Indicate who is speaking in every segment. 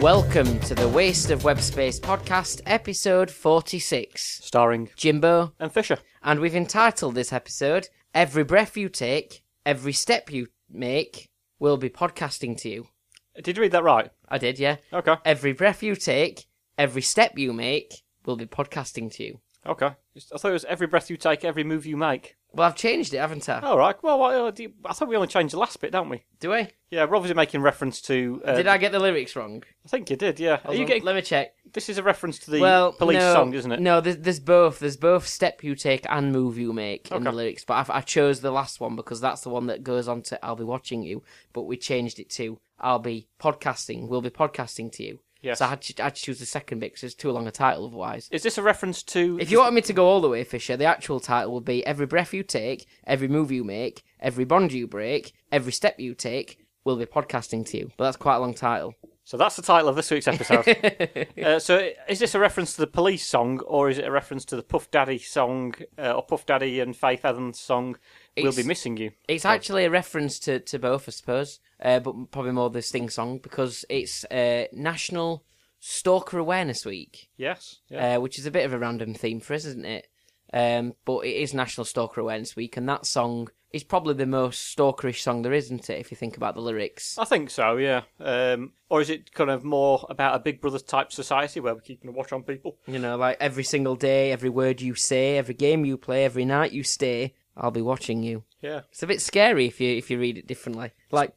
Speaker 1: Welcome to the Waste of Web Space podcast, episode 46.
Speaker 2: starring
Speaker 1: Jimbo,
Speaker 2: and Fisher.
Speaker 1: and we've entitled this episode Every Breath You Take, Every Step You Make Will Be Podcasting to You.
Speaker 2: Did you read that right?
Speaker 1: I did, yeah?
Speaker 2: Okay,
Speaker 1: Every breath you take, every step you make will be podcasting to you.
Speaker 2: okay. I thought it was every breath you take, every move you make.
Speaker 1: Well, I've changed it, haven't I?
Speaker 2: All right. Well, what, uh, do you- I thought we only changed the last bit, don't we?
Speaker 1: Do I?
Speaker 2: Yeah, we're obviously making reference to. Uh,
Speaker 1: Did I get the lyrics wrong?
Speaker 2: I think you did. Yeah. Are
Speaker 1: Hold
Speaker 2: you
Speaker 1: on,
Speaker 2: getting?
Speaker 1: Let me check.
Speaker 2: This is a reference to the
Speaker 1: well,
Speaker 2: police
Speaker 1: no,
Speaker 2: song, isn't it?
Speaker 1: No, there's, there's both. There's both step you take and move you make in the
Speaker 2: Okay.
Speaker 1: lyrics. But I, I chose the last one because that's the one that goes on to I'll be watching you. But we changed it to I'll be podcasting. We'll be podcasting to you.
Speaker 2: Yes.
Speaker 1: So I had, to, I had to choose the second bit because it's too long a title otherwise.
Speaker 2: Is this a reference to?
Speaker 1: If you wanted me to go all the way, Fisher, the actual title would be Every Breath You Take, Every Move You Make, Every Bond You Break, Every Step You Take will be podcasting to you. But that's quite a long title.
Speaker 2: So that's the title of this week's episode. uh, so is this a reference to the police song, or is it a reference to the Puff Daddy song, uh, or Puff Daddy and Faith Evans song?
Speaker 1: It's-
Speaker 2: We'll be missing you.
Speaker 1: It's actually a reference to, to both, I suppose, uh, but probably more the Sting song because it's uh, National Stalker Awareness Week,
Speaker 2: Yes. Yeah.
Speaker 1: uh, which is a bit of a random theme for us, isn't it? Um, but it is National Stalker Awareness Week, and that song is probably the most stalkerish song there is, isn't it? If you think about the lyrics.
Speaker 2: I think so, yeah. Um, or is it kind of more about a Big Brother type society where we're keeping a watch on people?
Speaker 1: You know, like every single day, every word you say, every game you play, every night you stay, I'll be watching you.
Speaker 2: Yeah.
Speaker 1: It's a bit scary if you if you read it differently. Like,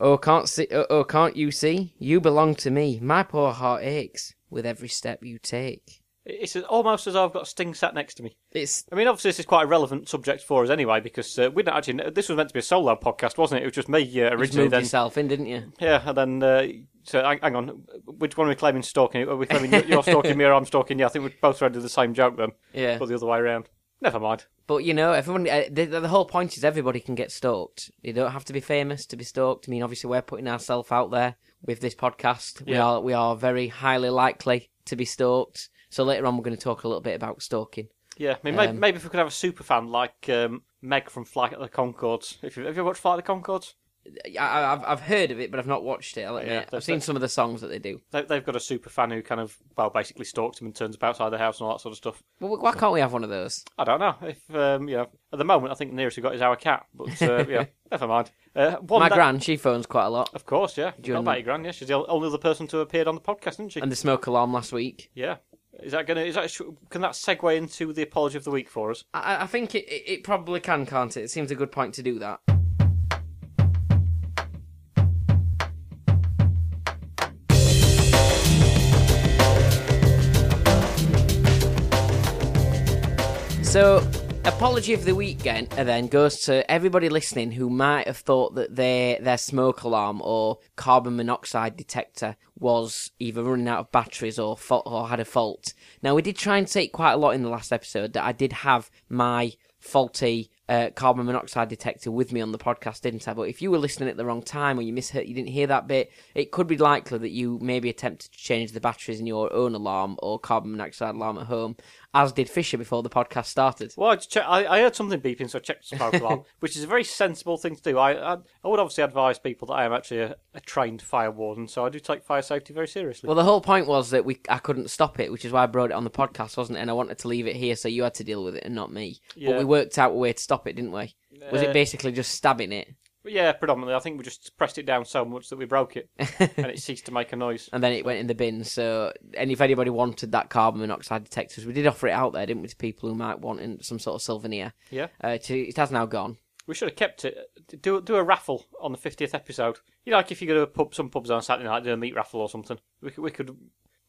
Speaker 1: oh can't see, oh, oh can't you see? You belong to me. My poor heart aches with every step you take.
Speaker 2: It's almost as though I've got Sting sat next to me.
Speaker 1: It's
Speaker 2: I mean, obviously, this is quite a relevant subject for us anyway because uh, we didn't actually. Know, this was meant to be a solo podcast, wasn't it? It was just me uh,
Speaker 1: you just
Speaker 2: originally.
Speaker 1: moved
Speaker 2: Then,
Speaker 1: yourself in, didn't you?
Speaker 2: yeah, and then. Uh, so hang, hang on, which one are we claiming stalking? Are we claiming you're- you're stalking me or I'm stalking you? I think we both tried to do the same joke then,
Speaker 1: Yeah.
Speaker 2: or the other way around. Never mind.
Speaker 1: But you know, everyone. Uh, the, the whole point is everybody can get stalked. You don't have to be famous to be stalked. I mean, obviously, we're putting ourselves out there with this podcast. We
Speaker 2: Yeah.
Speaker 1: are we are very highly likely to be stalked. So later on, we're going to talk a little bit about stalking.
Speaker 2: Yeah, I mean, maybe,
Speaker 1: Um,
Speaker 2: maybe if we could have a super fan like um, Meg from Flight of the Concords. If you, have you ever watched Flight of the Concords?
Speaker 1: I, I- I've I've heard of it, but I've not watched it. I'll admit. I've
Speaker 2: that's-
Speaker 1: seen some of the songs that they do.
Speaker 2: They, they've got a super fan who kind of, well, basically stalks him and turns up outside the house and all that sort of stuff.
Speaker 1: Well, why can't we have one of those?
Speaker 2: I don't know. If um, you know, at the moment, I think the nearest we got is our cat. But uh, yeah, never mind. Uh, one
Speaker 1: My
Speaker 2: that-
Speaker 1: gran, she phones quite a lot,
Speaker 2: of course, yeah.
Speaker 1: you
Speaker 2: Not
Speaker 1: want-
Speaker 2: about your gran, yeah. She's the only other person to have appeared on the podcast, isn't she?
Speaker 1: and the smoke alarm last week.
Speaker 2: Yeah. Is that gonna? Is that sh- can that segue into the apology of the week for us?
Speaker 1: I, I- I think it, it, it probably can, can't it? It seems a good point to do that. So, apology of the weekend uh, then goes to everybody listening who might have thought that their their smoke alarm or carbon monoxide detector was either running out of batteries or fa- or had a fault. Now we did try and take quite a lot in the last episode that I did have my faulty uh, carbon monoxide detector with me on the podcast, didn't I? But if you were listening at the wrong time or you misheard, you didn't hear that bit, it could be likely that you maybe attempted to change the batteries in your own alarm or carbon monoxide alarm at home, as did Fisher before the podcast started.
Speaker 2: Well, I, just check, I, I heard something beeping, so I checked the smoke alarm, which is a very sensible thing to do. I, I, I would obviously advise people that I am actually a, a trained fire warden, so I do take fire safety very seriously.
Speaker 1: Well, the whole point was that we I couldn't stop it, which is why I brought it on the podcast, wasn't it? And I wanted to leave it here, so you had to deal with it and not me. But
Speaker 2: Yeah.
Speaker 1: we worked out a way to stop it, didn't we? Was
Speaker 2: Uh,
Speaker 1: it basically just stabbing it,
Speaker 2: But yeah, predominantly. I think we just pressed it down so much that we broke it and it ceased to make a noise.
Speaker 1: and then it went in the bin? So, and if anybody wanted that carbon monoxide detectors, we did offer it out there, didn't we, to people who might want in some sort of souvenir?
Speaker 2: Yeah,
Speaker 1: Uh, to, it has now gone.
Speaker 2: we should have kept it. Do do a raffle on the fiftieth episode. You know, like if you go to a pub, some pubs on Saturday night do a meat raffle or something. We could, we could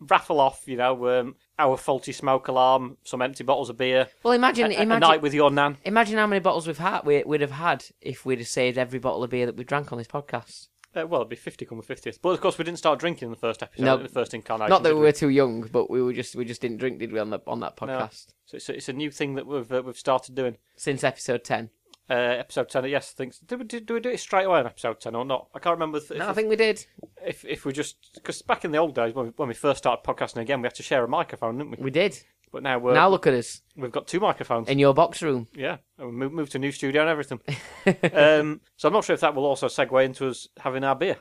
Speaker 2: raffle off, you know, um, our faulty smoke alarm, some empty bottles of beer,
Speaker 1: Well,
Speaker 2: a,
Speaker 1: imagine,
Speaker 2: a- a
Speaker 1: imagine,
Speaker 2: night with your nan.
Speaker 1: imagine how many bottles we've had we, we'd have had if we'd have saved every bottle of beer that we drank on this podcast.
Speaker 2: Uh, well, it'd be fifty come the fiftieth. But of course, we didn't start drinking in the first episode,
Speaker 1: No.
Speaker 2: in the first incarnation.
Speaker 1: Not that
Speaker 2: did
Speaker 1: we were too young, but we were just we just didn't drink, did we, on the on that podcast
Speaker 2: So it's a, it's a new thing that we've uh, we've started doing.
Speaker 1: since episode ten?
Speaker 2: Uh, episode ten, yes. Things. Did we, did, do we do it straight away on episode ten or not? I can't remember. If,
Speaker 1: No,
Speaker 2: if-
Speaker 1: I think we did.
Speaker 2: if if we just because back in the old days when we, when we first started podcasting again, we had to share a microphone, didn't we?
Speaker 1: We did.
Speaker 2: But now we're
Speaker 1: now look at us
Speaker 2: we've got two microphones.
Speaker 1: in your box room.
Speaker 2: yeah, and we moved, moved to a new studio and everything. um, so I'm not sure if that will also segue into us having our beer.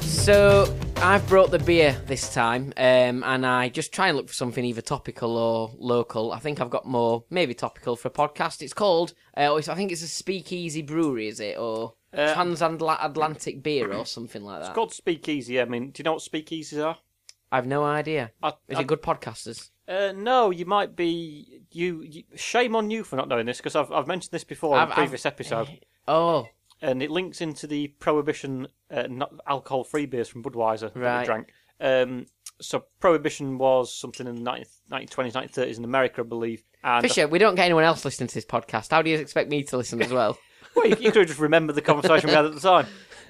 Speaker 1: So I've brought the beer this time, um, and I just try and look for something either topical or local. I think I've got more, maybe topical for a podcast. It's called, uh, it's- I think it's a Speakeasy Brewery, is it, or
Speaker 2: Uh,
Speaker 1: Transatlantic Beer or something like that?
Speaker 2: It's called Speakeasy. I mean, do you know what speakeasies are?
Speaker 1: I've no idea.
Speaker 2: I,
Speaker 1: Is
Speaker 2: I-
Speaker 1: it good podcasters?
Speaker 2: Uh, no, you might be. You, you shame on you for not knowing this because I've I've mentioned this before
Speaker 1: I've-
Speaker 2: in a
Speaker 1: I've-
Speaker 2: previous episode,
Speaker 1: Oh,
Speaker 2: and it links into the prohibition uh, not alcohol free beers from Budweiser that
Speaker 1: Right.
Speaker 2: we drank. Um, so prohibition was something in the 19th 1920s, 1930s in America, I believe. And
Speaker 1: Fisher, we don't get anyone else listening to this podcast. How do you expect me to listen as well?
Speaker 2: well, you, you could have just remembered the conversation we had at the time.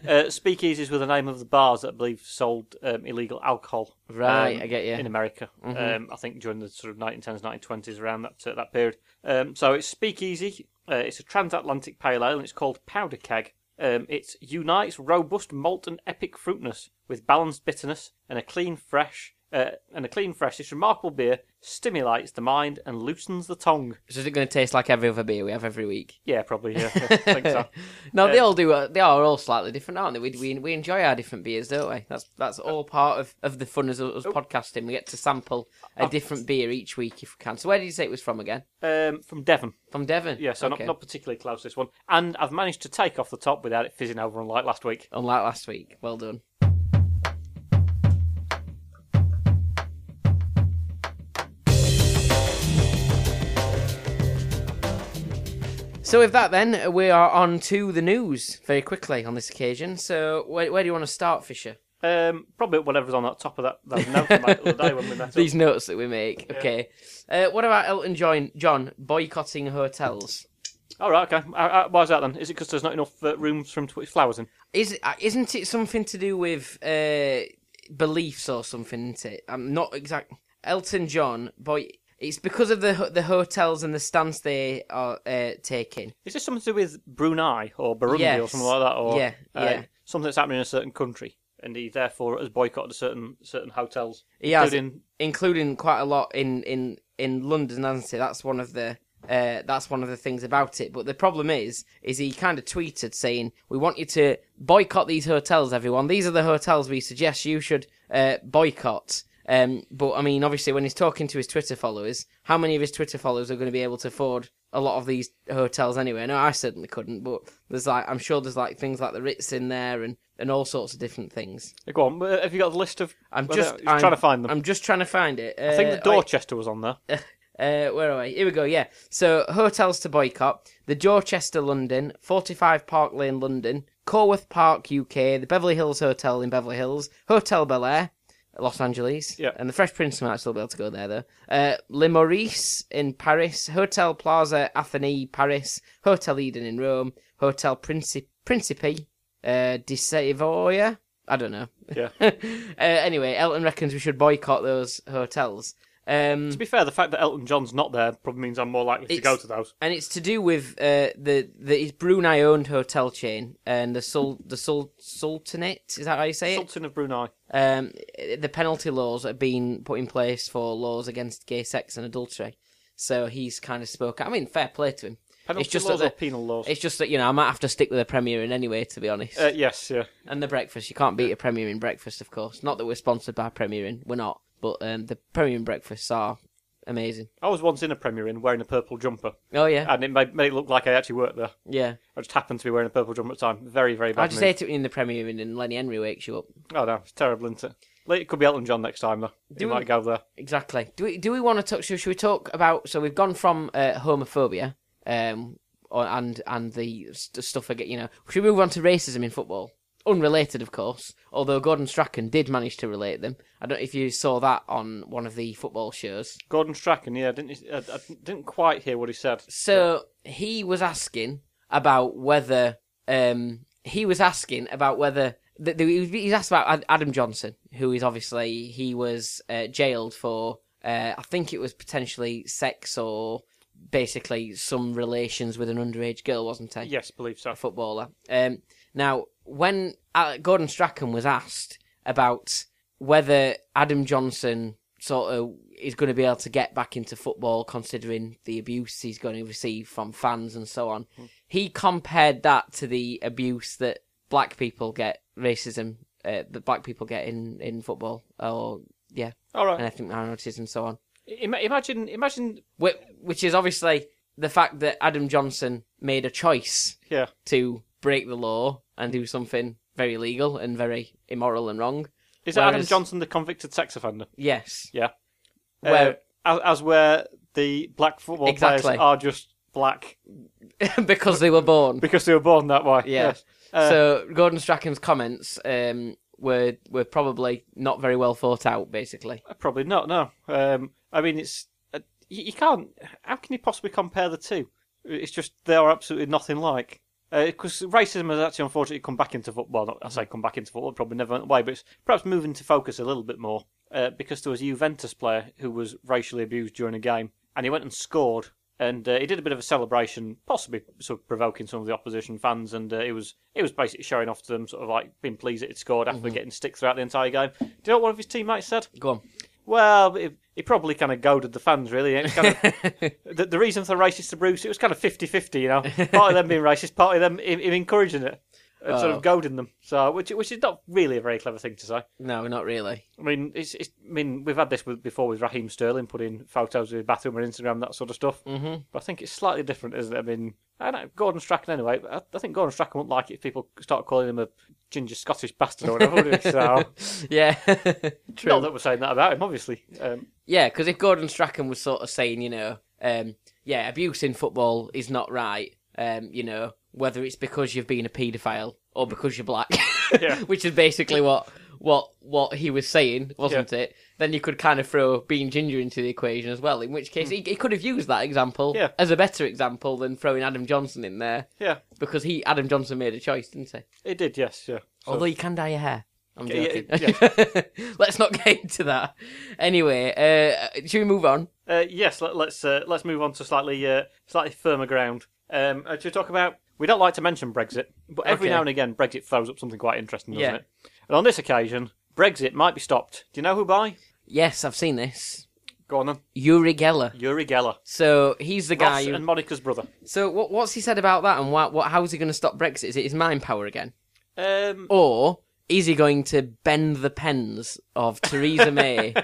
Speaker 2: Uh, speakeasies were the name of the bars that I believe sold um, illegal alcohol.
Speaker 1: Right,
Speaker 2: um,
Speaker 1: I get Mm-hmm. you.
Speaker 2: In America, um, I think during the sort of 1910s, 1920s, around that uh, that period. Um, so it's speakeasy. Uh, it's a transatlantic pale ale, and it's called Powder Keg. Um, it unites robust malt and epic fruitness with balanced bitterness and a clean, fresh. Uh, and a clean, fresh. This remarkable beer stimulates the mind and loosens the tongue.
Speaker 1: So is it going to taste like every other beer we have every week?
Speaker 2: Yeah, probably. Yeah, I think so.
Speaker 1: No, they all do. uh, They are all slightly different, aren't they? We, we, we enjoy our different beers, don't we? That's that's all part of, of the fun as
Speaker 2: Oh.
Speaker 1: us podcasting. We get to sample a different beer each week if we can. So where did you say it was from again?
Speaker 2: Um, from Devon.
Speaker 1: From Devon.
Speaker 2: Yeah, so
Speaker 1: Okay.
Speaker 2: not, not particularly close this one. And I've managed to take off the top without it fizzing over unlike last week.
Speaker 1: Unlike last week. Well done. So with that, then uh, we are on to the news very quickly on this occasion. So where, where do you want to start, Fisher?
Speaker 2: Um, probably whatever's on that top of that, that note from that other day when we met up.
Speaker 1: These notes that we make. Okay. Uh, what about Elton John, John boycotting hotels?
Speaker 2: All right, okay. Uh, uh, why is that then? Is it because there's not enough uh, rooms for him to put his flowers in?
Speaker 1: Is uh, isn't it something to do with uh, beliefs or something? Isn't it? I'm not exact. Elton John, boy, it's because of the ho- the hotels and the stance they are uh, taking.
Speaker 2: Is this something to do with Brunei or Burundi or
Speaker 1: Yes.
Speaker 2: something like that? Or,
Speaker 1: Yeah,
Speaker 2: uh,
Speaker 1: yeah.
Speaker 2: Something that's happening in a certain country. And he therefore has boycotted a certain certain hotels.
Speaker 1: He has.
Speaker 2: including-
Speaker 1: including quite a lot in in in London, hasn't he? That's one of the uh, that's one of the things about it. But the problem is, is he kind of tweeted saying, "We want you to boycott these hotels, everyone. These are the hotels we suggest you should uh, boycott." Um, but I mean, obviously, when he's talking to his Twitter followers, how many of his Twitter followers are going to be able to afford a lot of these hotels anyway? No, I certainly couldn't. But there's like, I'm sure there's like things like the Ritz in there and and all sorts of different things.
Speaker 2: Go on, uh, have you got the list of.
Speaker 1: I'm
Speaker 2: well,
Speaker 1: just
Speaker 2: he's
Speaker 1: I'm,
Speaker 2: trying to find them.
Speaker 1: I'm just trying to find it. Uh,
Speaker 2: I think the
Speaker 1: wait.
Speaker 2: Dorchester was on there.
Speaker 1: Uh, where are we? Here we go. Yeah. So hotels to boycott: the Dorchester, London, forty-five Park Lane, London, Corworth Park, UK, the Beverly Hills Hotel in Beverly Hills, Hotel Bel Air, Los Angeles,
Speaker 2: Yeah.
Speaker 1: and the Fresh Prince might still be able to go there though. Uh, Le Maurice in Paris, Hotel Plaza Athénée, Paris, Hotel Eden in Rome, Hotel Princi- Principe uh, de Savoia. I don't know.
Speaker 2: Yeah.
Speaker 1: uh, anyway, Elton reckons we should boycott those hotels. Um,
Speaker 2: to be fair, the fact that Elton John's not there probably means I'm more likely to
Speaker 1: It's-
Speaker 2: go to those.
Speaker 1: and it's to do with uh, the the his Brunei owned hotel chain and the Sul the Sul Sultanate is that how you say it?
Speaker 2: Sultan of Brunei.
Speaker 1: Um, the penalty laws have been put in place for laws against gay sex and adultery. So he's kind of spoke. I mean, fair play to him.
Speaker 2: Penalty
Speaker 1: it's just
Speaker 2: laws
Speaker 1: that
Speaker 2: or penal laws?
Speaker 1: the, it's just that you know I might have to stick with a premier in anyway, to be honest.
Speaker 2: Uh, yes, yeah.
Speaker 1: and the breakfast, you can't beat a premier in breakfast, of course. Not that we're sponsored by premier in, we're not. But um, the premier in breakfasts are amazing.
Speaker 2: I was once in a Premier Inn wearing a purple jumper,
Speaker 1: Oh yeah,
Speaker 2: and it made, made it look like I actually worked there.
Speaker 1: yeah.
Speaker 2: I just happened to be wearing a purple jumper at the time. Very, very bad.
Speaker 1: I just
Speaker 2: move.
Speaker 1: hate it when you're in the premier in and Lenny Henry wakes you up.
Speaker 2: Oh no, it's terrible, isn't it? Like, It could be Elton John next time though. he
Speaker 1: we-
Speaker 2: might go there.
Speaker 1: Exactly. Do we do we want to talk? Should, should we talk about? So we've gone from uh, homophobia, um, or, and and the st- stuff again. You know, should we move on to racism in football? Unrelated, of course. Although Gordon Strachan did manage to relate them. I don't know if you saw that on one of the football shows.
Speaker 2: Gordon Strachan, yeah, didn't he, I, I didn't quite hear what he said.
Speaker 1: So he was asking about whether um, he was asking about whether th- th- he was- he was asked about Ad- Adam Johnson, who is obviously he was uh, jailed for. Uh, I think it was potentially sex or basically some relations with an underage girl, wasn't he?
Speaker 2: Yes, believe so.
Speaker 1: a footballer. Um, now, when uh, Gordon Strachan was asked about whether Adam Johnson sort of is going to be able to get back into football, considering the abuse he's going to receive from fans and so on, he compared that to the abuse that black people get, racism uh, that black people get in in football, or yeah,
Speaker 2: All right.
Speaker 1: and ethnic minorities and so on.
Speaker 2: Ima- imagine, imagine.
Speaker 1: Whi- Which is obviously the fact that Adam Johnson made a choice
Speaker 2: Yeah.
Speaker 1: to break the law and do something very legal and very immoral and wrong.
Speaker 2: Is that Adam
Speaker 1: Whereas-
Speaker 2: Johnson the convicted sex offender?
Speaker 1: Yes,
Speaker 2: Yeah.
Speaker 1: Where-
Speaker 2: uh, as, as where the black football
Speaker 1: Exactly.
Speaker 2: players are just black
Speaker 1: because they were born.
Speaker 2: because they were born that way.
Speaker 1: Yeah.
Speaker 2: Yes. Uh,
Speaker 1: so Gordon Strachan's comments um, were were probably not very well thought out. Basically,
Speaker 2: Uh, Probably not. No. Um, I mean, it's uh, you, you can't. How can you possibly compare the two? It's just they are absolutely nothing like. Because racism has actually unfortunately come back into football. Not, I say come back into football, it probably never went away, but it's perhaps moving to focus a little bit more. Uh, because there was a Juventus player who was racially abused during a game, and he went and scored, and uh, he did a bit of a celebration, possibly sort of provoking some of the opposition fans, and uh, it was it was basically showing off to them, sort of like being pleased that he'd scored after getting stick throughout the entire game. Do you know what one of his teammates said?
Speaker 1: go on.
Speaker 2: Well, it, it probably kind of goaded the fans, really. It's kind of, the, the reason for racist to Bruce, it was kind of 50 50, you know. Part of them being racist, part of them him, him encouraging it, and sort
Speaker 1: Oh.
Speaker 2: of goading them. So, which, which is not really a very clever thing to say.
Speaker 1: No, not really.
Speaker 2: I mean, it's, it's, I mean, we've had this with, before with Raheem Sterling putting photos of his bathroom on Instagram, that sort of stuff. Mm-hmm. But I think it's slightly different, isn't it? I mean, I don't know, Gordon Strachan anyway. I, I think Gordon Strachan wouldn't like it if people start calling him a ginger Scottish bastard or whatever. would he? so,
Speaker 1: Yeah, true.
Speaker 2: not that we're saying that about him, obviously. Um,
Speaker 1: Yeah, because if Gordon Strachan was sort of saying, you know, um, yeah, abuse in football is not right, um, you know, whether it's because you've been a paedophile or because you're black,
Speaker 2: Yeah.
Speaker 1: which is basically what what what he was saying, wasn't it? Then you could kind of throw being ginger into the equation as well. In which case, he, he could have used that example
Speaker 2: Hmm. Yeah.
Speaker 1: as a better example than throwing Adam Johnson in there
Speaker 2: yeah.
Speaker 1: because he Adam Johnson made a choice, didn't he?
Speaker 2: It did, yes, yeah. So-
Speaker 1: Although you can dye your hair. I'm
Speaker 2: Yeah,
Speaker 1: joking.
Speaker 2: yeah,
Speaker 1: Let's not get into that. Anyway, uh, should we move on?
Speaker 2: uh, yes, let, let's uh, let's move on to slightly uh, slightly firmer ground. Um, uh, to talk about, we don't like to mention Brexit, but every
Speaker 1: Okay.
Speaker 2: now and again, Brexit throws up something quite interesting, doesn't
Speaker 1: Yeah.
Speaker 2: it? And on this occasion, Brexit might be stopped. Do you know who by?
Speaker 1: Yes, I've seen this.
Speaker 2: Go on then.
Speaker 1: Yuri Geller.
Speaker 2: Yuri Geller,
Speaker 1: So he's the guy.
Speaker 2: Ross
Speaker 1: who-
Speaker 2: and Monica's brother.
Speaker 1: So what, what's he said about that, and what, what, how is he going to stop Brexit? Is it his mind power again,
Speaker 2: Um,
Speaker 1: or is he going to bend the pens of Theresa May?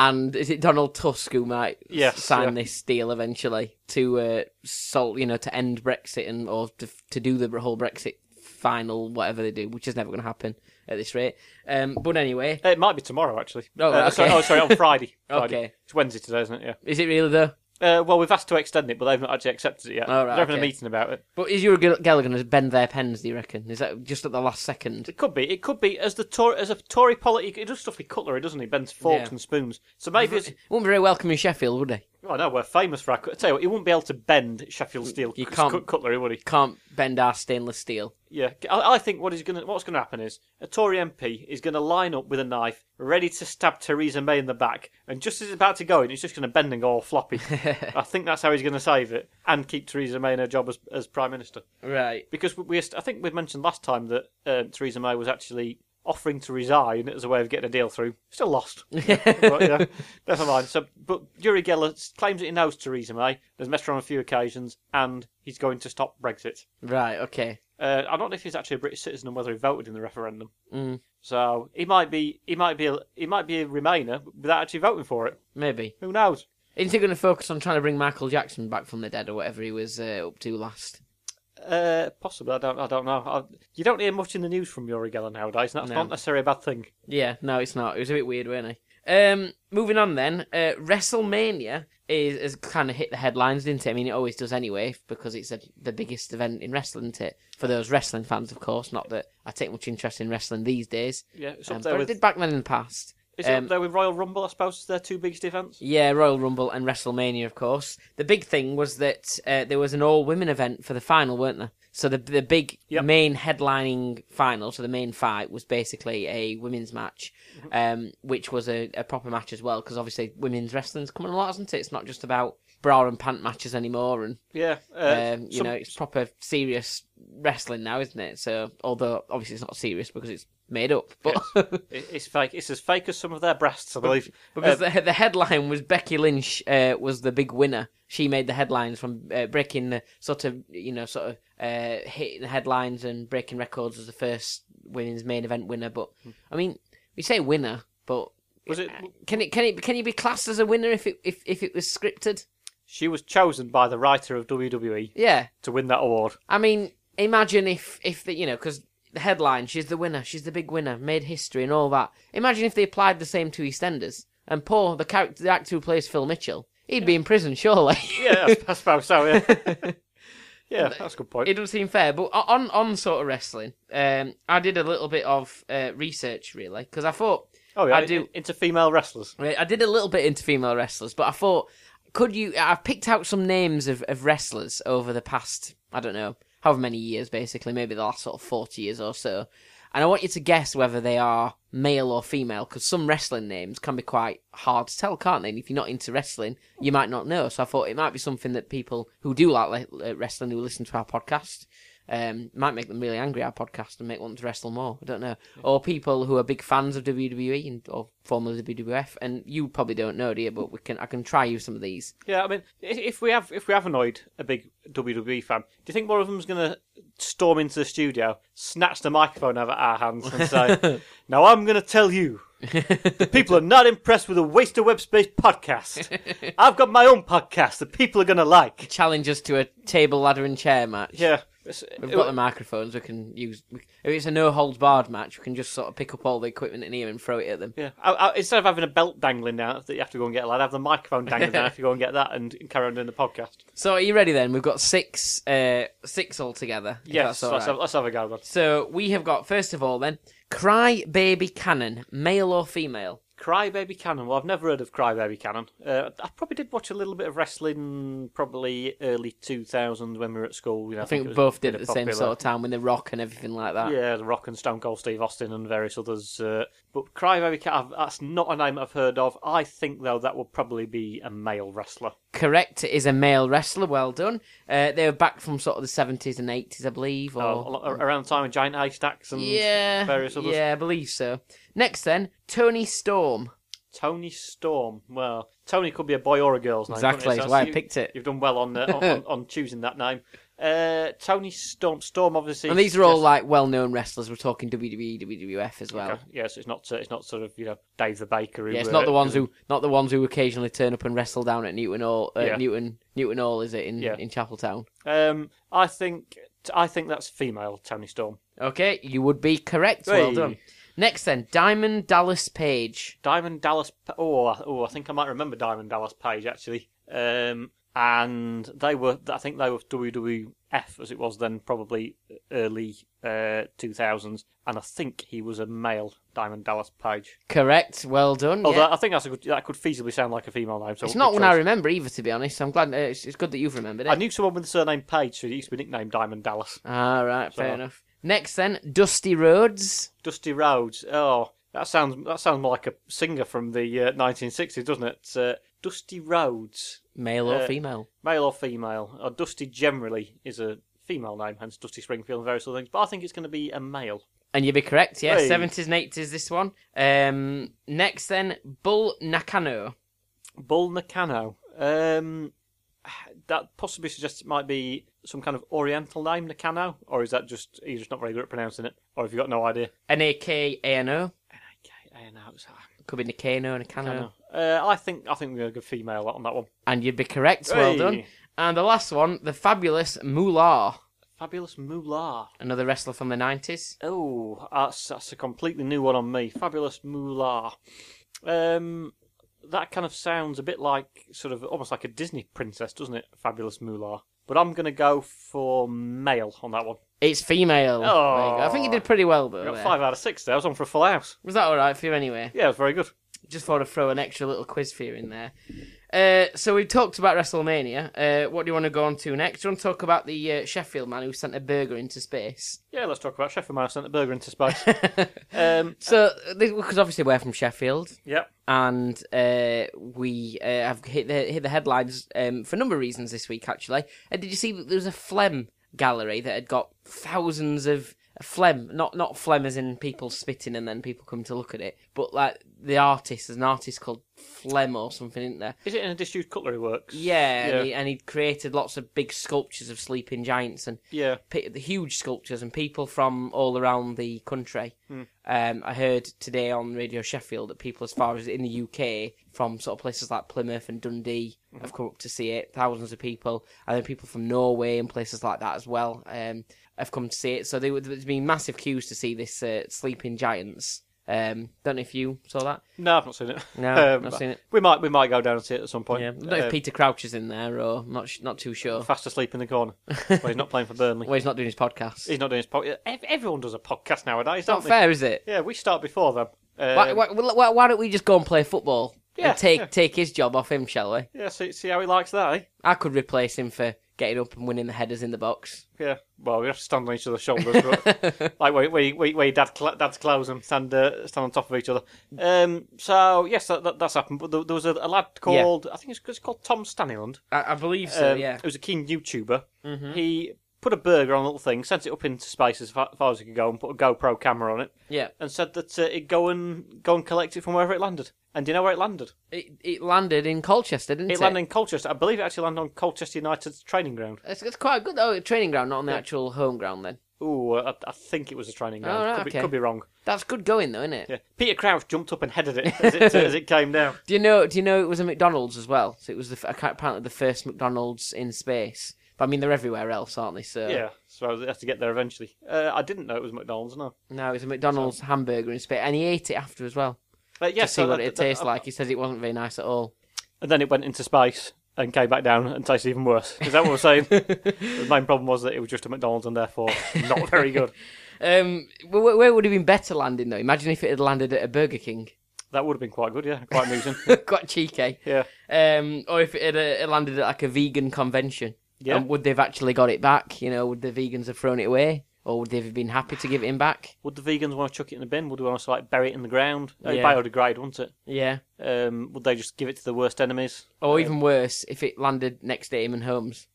Speaker 1: And is it Donald Tusk who might s-
Speaker 2: Yes,
Speaker 1: sign
Speaker 2: yeah.
Speaker 1: this deal eventually to uh, sol- you know, to end Brexit and or to, to do the whole Brexit final, whatever they do, which is never going to happen at this rate. Um, but anyway,
Speaker 2: Uh, it might be tomorrow, actually.
Speaker 1: Oh,
Speaker 2: Uh,
Speaker 1: okay.
Speaker 2: sorry, oh, sorry, on Friday. Friday.
Speaker 1: Okay.
Speaker 2: It's Wednesday today, isn't it?
Speaker 1: is it really though?
Speaker 2: Yeah. Uh, well, we've asked to extend it, but they've not actually accepted it yet.
Speaker 1: All right,
Speaker 2: They're having
Speaker 1: okay.
Speaker 2: a meeting about it.
Speaker 1: But is Yuri Gell- Geller going to bend their pens? Do you reckon? Is that just at the last second?
Speaker 2: It could be. It could be as the Tory, as a Tory politic. He does stuff with cutlery, doesn't he? Bends forks
Speaker 1: Yeah.
Speaker 2: and spoons. So maybe it's.
Speaker 1: Wouldn't be very welcome in Sheffield, would he?
Speaker 2: Oh no, we're famous for our. cut- I tell you what, he wouldn't be able to bend Sheffield steel
Speaker 1: You
Speaker 2: c-
Speaker 1: can't.
Speaker 2: cut- cutlery, would he?
Speaker 1: Can't bend our stainless steel.
Speaker 2: Yeah. I, I think what is going to what's going to happen is a Tory MP is going to line up with a knife, ready to stab Theresa May in the back, and just as it's about to go in, it's just going to bend and go all floppy. I think that's how he's going to save it and keep Theresa May in her job as as prime minister.
Speaker 1: Right.
Speaker 2: because we, we I think we mentioned last time that uh, Theresa May was actually offering to resign as a way of getting a deal through. Still lost. but, yeah, never mind. So, but Yuri Geller claims that he knows Theresa May. Has met her on a few occasions, and he's going to stop Brexit.
Speaker 1: Right, okay.
Speaker 2: Uh, I don't know if he's actually a British citizen and whether he voted in the referendum. So he might be, he might be, a, he might be a Remainer without actually voting for it.
Speaker 1: Maybe.
Speaker 2: Who knows?
Speaker 1: Isn't he going to focus on trying to bring Michael Jackson back from the dead or whatever he was uh, up to last?
Speaker 2: Uh, possibly. I don't. I don't know. I, you don't hear much in the news from Yuri Geller nowadays, and that's
Speaker 1: No.
Speaker 2: not necessarily a bad thing.
Speaker 1: Yeah, no, it's not. It was a bit weird, wasn't he? Um, moving on then, uh, WrestleMania is, has kind of hit the headlines, didn't it? I mean, it always does anyway, because it's a, the biggest event in wrestling, isn't it? For those wrestling fans, of course. Not that I take much interest in wrestling these days.
Speaker 2: Yeah, it's up
Speaker 1: Um,
Speaker 2: there
Speaker 1: but I
Speaker 2: with
Speaker 1: did back then in the past.
Speaker 2: Is it
Speaker 1: Um,
Speaker 2: up there with Royal Rumble? I suppose is their two biggest events.
Speaker 1: Yeah, Royal Rumble and WrestleMania, of course. The big thing was that uh, there was an all women event for the final, weren't there? So the the big
Speaker 2: Yep.
Speaker 1: main headlining final, so the main fight was basically a women's match, um, which was a, a proper match as well, because obviously women's wrestling's coming a lot, isn't it? It's not just about bra and pant matches anymore, and
Speaker 2: Yeah. Uh,
Speaker 1: um, you
Speaker 2: some-
Speaker 1: know it's proper serious wrestling now, isn't it? So although obviously it's not serious because it's made up, but
Speaker 2: it- it's fake. It's as fake as some of their breasts, I believe.
Speaker 1: because
Speaker 2: Uh,
Speaker 1: the, the headline was Becky Lynch uh, was the big winner. She made the headlines from uh, breaking the sort of you know sort of uh, hitting the headlines and breaking records as the first women's main event winner. But I mean, we say winner, but
Speaker 2: Hmm. Was it-
Speaker 1: can it can it can you be classed as a winner if it if, if it was scripted?
Speaker 2: she was chosen by the writer of WWE
Speaker 1: Yeah,
Speaker 2: to win that award.
Speaker 1: I mean, imagine if if the, you know because the headline she's the winner, she's the big winner, made history and all that. Imagine if they applied the same to EastEnders and Paul, the character, the actor who plays Phil Mitchell, he'd be in prison surely.
Speaker 2: Yeah, I sp- I suppose so. Yeah, yeah that's a good point.
Speaker 1: uh, it doesn't seem fair. But o- on on sort of wrestling, um, I did a little bit of uh, research really because I thought
Speaker 2: oh, yeah,
Speaker 1: I do-
Speaker 2: into female wrestlers.
Speaker 1: Right, I did a little bit into female wrestlers, but I thought, could you? I've picked out some names of, of wrestlers over the past, I don't know, however many years, basically, maybe the last sort of 40 years or so. And I want you to guess whether they are male or female, because some wrestling names can be quite hard to tell, can't they? And if you're not into wrestling, you might not know. So I thought it might be something that people who do like li- uh, wrestling, who listen to our podcast, um, might make them really angry at our podcast and make them to wrestle more. I don't know. Or people who are big fans of WWE and or formerly WWF, and you probably don't know, do you? But we can I can try you some of these.
Speaker 2: Yeah, I mean, i- if we have if we have annoyed a big WWE fan, do you think one of them's going to storm into the studio, snatch the microphone out of our hands, and say, "Now I'm going to tell you, the people are not impressed with a waste of web space podcast. I've got my own podcast that people are going to like."
Speaker 1: Challenge us to a table, ladder, and chair match.
Speaker 2: Yeah, it's-
Speaker 1: We've got the microphones. We can use. We, if it's a no holds barred match, we can just sort of pick up all the equipment in here and throw it at them.
Speaker 2: Yeah, I, I, instead of having a belt dangling down that you have to go and get, I'd have the microphone dangling down if you go and get that and carry on doing the podcast.
Speaker 1: So are you ready? Then we've got six, uh, six altogether. if
Speaker 2: Yes,
Speaker 1: that's all
Speaker 2: let's,
Speaker 1: right.
Speaker 2: have, let's have a go. Then.
Speaker 1: So we have got first of all then Cry Baby Cannon, male or female?
Speaker 2: Crybaby Cannon. Well, I've never heard of Crybaby Cannon. Uh, I probably did watch a little bit of wrestling, probably early 2000s when we were at school. You know,
Speaker 1: I think
Speaker 2: it was
Speaker 1: both did at
Speaker 2: really
Speaker 1: the same
Speaker 2: popular.
Speaker 1: sort of time with the Rock and everything like that.
Speaker 2: Yeah, The Rock and Stone Cold Steve Austin and various others. Uh, but Crybaby Cannon, that's not a name I've heard of. I think, though, that would probably be a male wrestler.
Speaker 1: Correct it is a male wrestler. Well done. Uh, they were back from sort of the seventies and eighties, I believe. Or
Speaker 2: Uh, a- around the time of Giant Haystacks and
Speaker 1: Oh. yeah,
Speaker 2: various others.
Speaker 1: yeah, I believe so. Next then, Tony Storm.
Speaker 2: Tony Storm. Well, Tony could be a boy or a girl's name. couldn't
Speaker 1: Exactly,
Speaker 2: it?
Speaker 1: that's why I
Speaker 2: you-
Speaker 1: picked it.
Speaker 2: You've done well on uh, on, on, on choosing that name. Uh, Tony Storm. Storm, obviously.
Speaker 1: And these are all
Speaker 2: yes,
Speaker 1: like well-known wrestlers. We're talking E, WWE, WWF as well.
Speaker 2: okay, Yes, it's not. Uh, it's not sort of you know Dave the Baker. Who,
Speaker 1: Yeah, it's
Speaker 2: uh,
Speaker 1: not the ones who, not the ones who occasionally turn up and wrestle down at Newton Hall. Uh,
Speaker 2: Yeah.
Speaker 1: Newton, Newton Hall is it in
Speaker 2: Yeah.
Speaker 1: in Chapel Town?
Speaker 2: Um, I think. I think that's female Tony Storm.
Speaker 1: Okay, you would be correct. Well
Speaker 2: Hey.
Speaker 1: done. Next then, Diamond Dallas Page.
Speaker 2: Diamond Dallas. Pa- Oh, I- oh, I think I might remember Diamond Dallas Page actually. Um, and they were. I think they were WWF as it was then, probably early uh two thousands. And I think he was a male Diamond Dallas Page.
Speaker 1: Correct. Well done.
Speaker 2: Although
Speaker 1: yeah.
Speaker 2: I think that's a good, Oh, that could feasibly sound like a female name. So
Speaker 1: It's
Speaker 2: good
Speaker 1: not one I
Speaker 2: choice.
Speaker 1: remember either, to be honest. I'm glad uh, it's, it's good that you've remembered
Speaker 2: I
Speaker 1: it.
Speaker 2: knew someone with the surname Page, who used to be nicknamed Diamond Dallas.
Speaker 1: All right, fair
Speaker 2: So-
Speaker 1: enough. Next then, Dusty Rhodes.
Speaker 2: Dusty Rhodes. Oh, that sounds that sounds more like a singer from the uh, 1960s, doesn't it? Uh, Dusty Rhodes,
Speaker 1: Male or
Speaker 2: Uh,
Speaker 1: female?
Speaker 2: male or female? Or Dusty generally is a female name, hence Dusty Springfield and various other things. But I think it's going to be a male.
Speaker 1: And you'd be correct, yeah.
Speaker 2: Hey.
Speaker 1: 70s and 80s, this one. Um, next then, Bull Nakano.
Speaker 2: Bull Nakano. Um, that possibly suggests it might be some kind of Oriental name, Nakano, or is that just he's just not very good at pronouncing it, or have you got no idea?
Speaker 1: N A K A N O.
Speaker 2: Okay, I know. it's-
Speaker 1: Could be Nakano, Nakano.
Speaker 2: I know. Uh, I think I think we're a good female on that one.
Speaker 1: And you'd be correct, well
Speaker 2: Hey.
Speaker 1: done. And the last one, the fabulous Moolah.
Speaker 2: Fabulous Moolah.
Speaker 1: Another wrestler from the 90s.
Speaker 2: Oh, that's that's a completely new one on me. Fabulous Moolah. Um, that kind of sounds a bit like sort of almost like a Disney princess, doesn't it? Fabulous Moolah. But I'm gonna go for male on that one.
Speaker 1: It's female. There you
Speaker 2: Oh.
Speaker 1: go. I think you did pretty well, though.
Speaker 2: I got
Speaker 1: there.
Speaker 2: five out of six there. I was on for a full house.
Speaker 1: Was that alright for you anyway?
Speaker 2: Yeah, it was very good.
Speaker 1: just thought I'd throw an extra little quiz for you in there. Uh, so we've talked about WrestleMania. Uh, what do you want to go on to next? Do you want to talk about the uh, Sheffield man who sent a burger into space?
Speaker 2: Yeah, let's talk about Sheffield Mouse and the burger into space. um,
Speaker 1: So, because obviously we're from Sheffield,
Speaker 2: yeah,
Speaker 1: and uh, we uh, have hit the hit the headlines um, for a number of reasons this week. Actually, uh, did you see that there was a phlegm gallery that had got thousands of phlegm? Not not phlegm as in people spitting and then people come to look at it, but like the artist. There's an artist called Phlegm or something, isn't there?
Speaker 2: is it in a disused cutlery works?
Speaker 1: Yeah,
Speaker 2: Yeah.
Speaker 1: And, he, and he'd created lots of big sculptures of sleeping giants and
Speaker 2: Yeah.
Speaker 1: pe- the huge sculptures and people from all around the country. Um, I heard today on Radio Sheffield that people as far as in the UK from sort of places like Plymouth and Dundee have come up to see it. Thousands of people, and then people from Norway and places like that as well um, have come to see it. So they, were- there's been massive queues to see this uh, sleeping giants. Um, don't know if you saw that.
Speaker 2: No, I've not seen it.
Speaker 1: No,
Speaker 2: Um,
Speaker 1: not seen it.
Speaker 2: We might, we might go down and see it at some point.
Speaker 1: I don't know if
Speaker 2: Um,
Speaker 1: Peter Crouch is in there or not. Sh- not too sure.
Speaker 2: fast asleep in the corner. well, he's not playing for Burnley.
Speaker 1: Well, he's not doing his podcast.
Speaker 2: He's not doing his podcast. Everyone does a podcast nowadays,
Speaker 1: not
Speaker 2: don't they?
Speaker 1: fair, is it?
Speaker 2: Yeah, we start before them. Um,
Speaker 1: Why, why, why, why don't we just go and play football
Speaker 2: Yeah,
Speaker 1: and take
Speaker 2: yeah.
Speaker 1: take his job off him, shall we?
Speaker 2: Yeah, see, see how he likes that, eh?
Speaker 1: I could replace him for getting up and winning the headers in the box.
Speaker 2: Yeah. Well, we have to stand on each other's shoulders, but, like where, where, where where your dad cl- dad's clothes and stand uh, stand on top of each other. Um. So yes, that, that, that's happened. But there, there was a, a lad called I think it's, it's called Tom Staniland.
Speaker 1: I, I believe
Speaker 2: um, who's a keen YouTuber.
Speaker 1: Mm-hmm.
Speaker 2: He put a burger on a little thing, sent it up into space as fa- far as he could go, and put a GoPro camera on it,
Speaker 1: yeah.
Speaker 2: and said that uh, it'd go and go and collect it from wherever it landed. And do you know where it landed?
Speaker 1: It, it landed in Colchester, didn't
Speaker 2: It,
Speaker 1: it?
Speaker 2: landed in Colchester. I believe it actually landed on Colchester United's training ground.
Speaker 1: It's, it's quite good though. Training ground, not on the actual home ground. Then
Speaker 2: Ooh, I, I think it was a training ground.
Speaker 1: Oh, right,
Speaker 2: could, be,
Speaker 1: okay.
Speaker 2: could be wrong.
Speaker 1: that's good going though, isn't it?
Speaker 2: Yeah. Peter Crouch jumped up and headed it as it, uh, as it came down.
Speaker 1: Do you know? Do you know it was a McDonald's as well? So it was the, f- apparently the first McDonald's in space. But I mean, they're everywhere else, aren't they? So
Speaker 2: Yeah, so I had to get there eventually. Uh, I didn't know it was McDonald's, no.
Speaker 1: no, it was a McDonald's hamburger in space, and he ate it after as well
Speaker 2: But yeah,
Speaker 1: to see
Speaker 2: so
Speaker 1: what
Speaker 2: that-
Speaker 1: it
Speaker 2: that-
Speaker 1: tastes like. He said it wasn't very nice at all.
Speaker 2: And then it went into space and came back down and tasted even worse. Is that what we're saying? the main problem was that it was just a McDonald's and therefore not very good.
Speaker 1: Um, where, where would it have been better landing though? Imagine if it had landed at a Burger King,
Speaker 2: That would have been quite good, yeah. Quite amusing.
Speaker 1: quite cheeky.
Speaker 2: Yeah.
Speaker 1: Um, or if it had uh, it landed at like a vegan convention,
Speaker 2: Yeah.
Speaker 1: And would they've actually got it back? You know, would the vegans have thrown it away, or would they have been happy to give it him back?
Speaker 2: Would the vegans want to chuck it in the bin? Would they want to like bury it in the ground? Uh, Yeah.
Speaker 1: Yeah.
Speaker 2: Biodegrade, wouldn't it?
Speaker 1: Yeah.
Speaker 2: Um, would they just give it to the worst enemies?
Speaker 1: Or even worse, if it landed next to Eamon Holmes,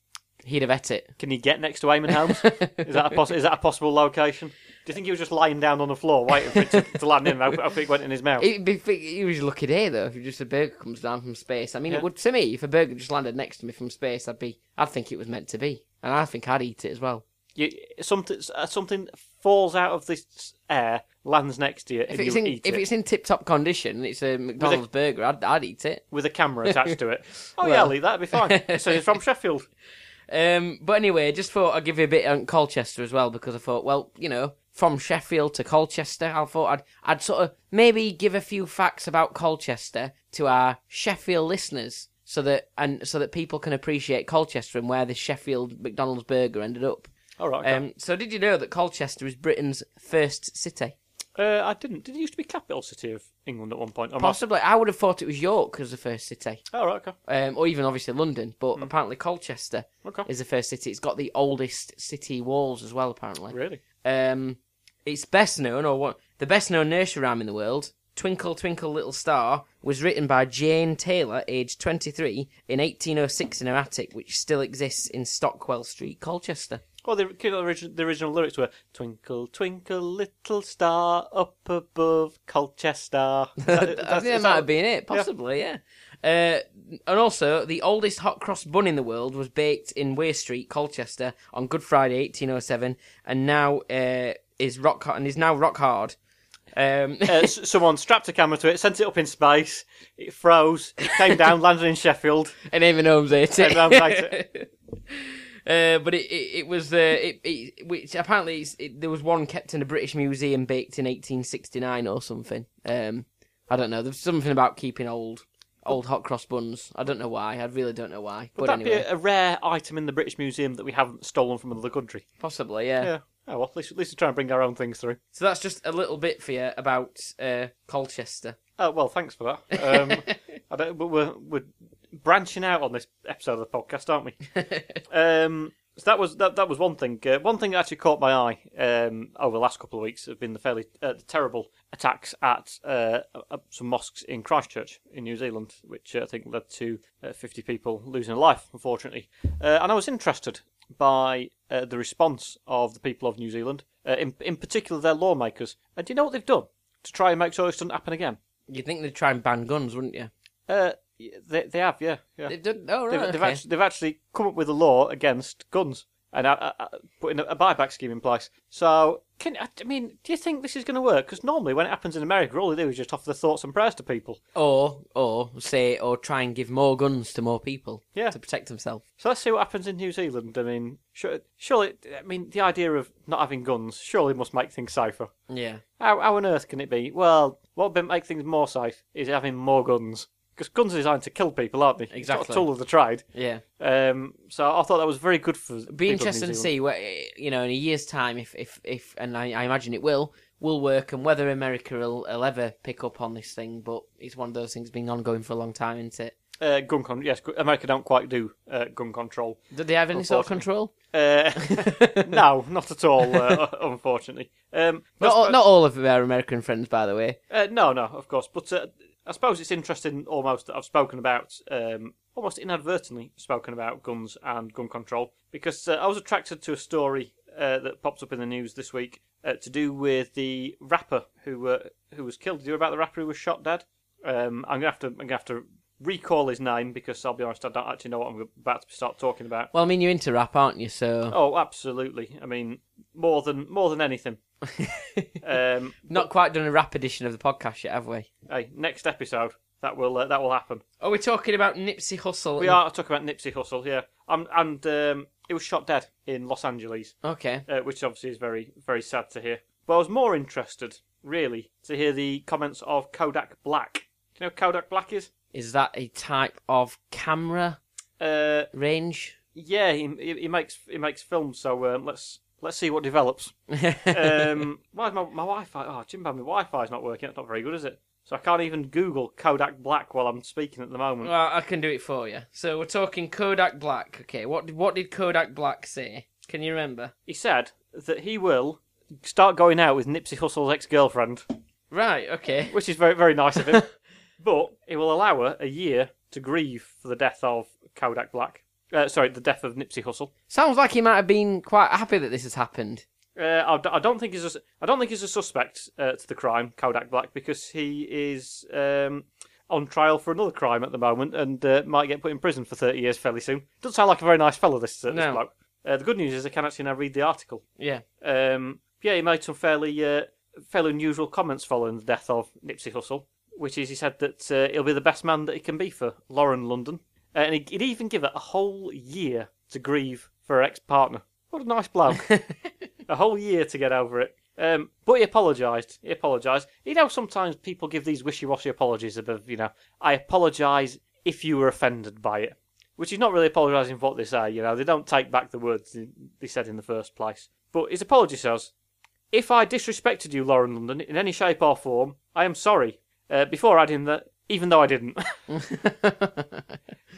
Speaker 1: he'd have et it.
Speaker 2: Can you get next to Eamon Holmes? is that a poss- is that a possible location? Do you think he was just lying down on the floor waiting for it to, to land in? I hope it went in his mouth.
Speaker 1: It'd be, it was a lucky day though if just a burger comes down from space. I mean,
Speaker 2: Yeah.
Speaker 1: it would to me if a burger just landed next to me from space, I'd be, I'd think it was meant to be, and I think I'd eat it as well.
Speaker 2: You, something uh, something falls out of this air, lands next to you,
Speaker 1: If
Speaker 2: and
Speaker 1: it's
Speaker 2: you
Speaker 1: in
Speaker 2: eat
Speaker 1: if
Speaker 2: it.
Speaker 1: it's in tip top condition and it's a McDonald's burger, I'd, I'd eat it.
Speaker 2: with a camera attached to it. Oh yeah,
Speaker 1: Well.
Speaker 2: Lee, that'd be fine. So he's from Sheffield.
Speaker 1: Um, but anyway, just thought I'd give you a bit on Colchester as well because I thought, well, you know, from Sheffield to Colchester, I thought I'd I'd sort of maybe give a few facts about Colchester to our Sheffield listeners so that and so that people can appreciate Colchester and where this Sheffield McDonald's burger ended up.
Speaker 2: All right. okay.
Speaker 1: Um, so did you know that Colchester is Britain's first city?
Speaker 2: uh, I didn't. Did it used to be capital city of England at one point? Am I-
Speaker 1: Possibly, I would have thought it was York as the first city.
Speaker 2: All right. Okay.
Speaker 1: um, or even obviously London, but apparently Colchester
Speaker 2: Okay.
Speaker 1: is the first city. It's got the oldest city walls as well, apparently.
Speaker 2: Really?
Speaker 1: Um, it's best known, or what the best known nursery rhyme in the world, "Twinkle Twinkle Little Star," was written by Jane Taylor, aged 23, in 1806 in her attic, which still exists in Stockwell Street, Colchester.
Speaker 2: Well, the, you know, the, origi- the original lyrics were "Twinkle, twinkle, little star up above Colchester." Is
Speaker 1: I
Speaker 2: that- is
Speaker 1: think
Speaker 2: that-
Speaker 1: that,
Speaker 2: is
Speaker 1: might
Speaker 2: that-
Speaker 1: have been it, possibly, yeah. Uh, and also, the oldest hot cross bun in the world was baked in Weir Street, Colchester, on Good Friday, 1807, and now uh, is rock and is now rock hard. Um,
Speaker 2: Uh, s- someone strapped a camera to it, sent it up in space. It froze, it came down, landed in Sheffield.
Speaker 1: and Eamon Holmes ate it.
Speaker 2: and round later-
Speaker 1: Uh, but it, it, it was uh, it, it which apparently it's, it, there was one kept in a British museum baked in 1869 or something. Um, I don't know. There's something about keeping old old hot cross buns. I don't know why. I really don't know why. But,
Speaker 2: That'd
Speaker 1: anyway,
Speaker 2: be a, a rare item in the British Museum that we haven't stolen from another country.
Speaker 1: possibly yeah.
Speaker 2: Yeah. Oh well, at least, at least we're trying to bring our own things through.
Speaker 1: So that's just a little bit for you about uh, Colchester.
Speaker 2: Oh well, thanks for that. Um, I don't, but we're, we're branching out on this episode of the podcast, aren't we? um, so that was that, that was one thing. Uh, one thing that actually caught my eye um, over the last couple of weeks have been the fairly uh, the terrible attacks at uh, uh, some mosques in Christchurch in New Zealand, which uh, I think led to uh, 50 people losing a life, unfortunately. Uh, and I was interested by uh, the response of the people of New Zealand, uh, in, in particular their lawmakers. And do you know what they've done to try and make sure this doesn't happen again?
Speaker 1: You'd think they'd try and ban guns, wouldn't you?
Speaker 2: Uh, y- they, they have, yeah. yeah.
Speaker 1: They've done. Oh,
Speaker 2: They've,
Speaker 1: right.
Speaker 2: they've,
Speaker 1: okay.
Speaker 2: actually, they've actually come up with a law against guns and uh, uh, uh, putting a, a buyback scheme in place. So, can I I mean, do you think this is going to work? Because normally when it happens in America, all they do is just offer the thoughts and prayers to people.
Speaker 1: Or, or say, or try and give more guns to more people
Speaker 2: Yeah.
Speaker 1: to protect themselves.
Speaker 2: So let's see what happens in New Zealand. I mean, sure, surely, I mean, the idea of not having guns surely must make things safer.
Speaker 1: Yeah.
Speaker 2: How, how on earth can it be? Well, what would make things more safe is having more guns. Because guns are designed to kill people, aren't they? It's not
Speaker 1: Exactly.
Speaker 2: a tool of the trade.
Speaker 1: Yeah.
Speaker 2: Um, so I thought that was very good for.
Speaker 1: Be interesting to see what you know in a year's time if if if and I, I imagine it will will work and whether America will, will ever pick up on this thing. But it's one of those things been ongoing for a long time, isn't it?
Speaker 2: Uh, gun con- yes, gu- America don't quite do uh, gun control.
Speaker 1: Do they have any sort of control?
Speaker 2: Uh, no, not at all. Uh, unfortunately, um, but I
Speaker 1: Not all,
Speaker 2: suppose-
Speaker 1: not all of our American friends, by the way.
Speaker 2: Uh, no, no, of course. But uh, I suppose it's interesting almost that I've spoken about, um, almost inadvertently spoken about guns and gun control because uh, I was attracted to a story uh, that pops up in the news this week uh, to do with the rapper who uh, who was killed. Did you hear about the rapper who was shot dead? Um, I'm gonna have to I'm gonna have to recall his name because I'll be honest, I don't actually know what I'm about to start talking about.
Speaker 1: Well, I mean, you're into rap, aren't you? So
Speaker 2: Oh, absolutely. I mean, more than more than anything. um,
Speaker 1: not quite done a rap edition of the podcast yet, have we?
Speaker 2: hey, next episode that will uh, that will happen.
Speaker 1: Oh, we're talking about Nipsey Hussle.
Speaker 2: We
Speaker 1: and-
Speaker 2: are talking about Nipsey Hussle here, um, and um, he was shot dead in Los Angeles,
Speaker 1: Okay.
Speaker 2: uh, which obviously is very very sad to hear. But I was more interested, really, to hear the comments of Kodak Black. Do you know who Kodak Black is?
Speaker 1: Is that a type of camera
Speaker 2: Uh,
Speaker 1: range?
Speaker 2: yeah, he, he he makes he makes films, so um, let's let's see what develops. um, why is my, my Wi-Fi? Oh, Jimbo, my Wi-Fi's not working. That's not very good, is it? So I can't even Google Kodak Black while I'm speaking at the moment.
Speaker 1: Well, I can do it for you. So we're talking Kodak Black. Okay, what did, what did Kodak Black say? Can you remember?
Speaker 2: He said that he will start going out with Nipsey Hussle's ex-girlfriend,
Speaker 1: Right. Okay.
Speaker 2: which is very very nice of him. but he will allow her a year to grieve for the death of Kodak Black. Uh, sorry, the death of Nipsey Hussle.
Speaker 1: Sounds like he might have been quite happy that this has happened.
Speaker 2: Uh, I d- I don't think he's a, s- I don't think he's a suspect uh, to the crime, Kodak Black, because he is um, on trial for another crime at the moment and uh, might get put in prison for thirty years fairly soon. Doesn't sound like a very nice fellow. This, uh, this
Speaker 1: No.
Speaker 2: bloke. Uh, the good news is I can actually now read the article.
Speaker 1: Yeah.
Speaker 2: Um, yeah, he made some fairly uh, fairly unusual comments following the death of Nipsey Hussle, which is he said that uh, he'll be the best man that he can be for Lauren London, uh, and he'd he'd even give her a whole year to grieve for her ex-partner. What a nice bloke! a whole year to get over it. Um, but he apologised. He apologised. You know, sometimes people give these wishy-washy apologies above, you know, I apologise if you were offended by it. Which is not really apologising for what they say, you know, they don't take back the words they- they said in the first place. But his apology says, If I disrespected you, Lauren London, in any shape or form, I am sorry. Uh, before adding that, even though I didn't.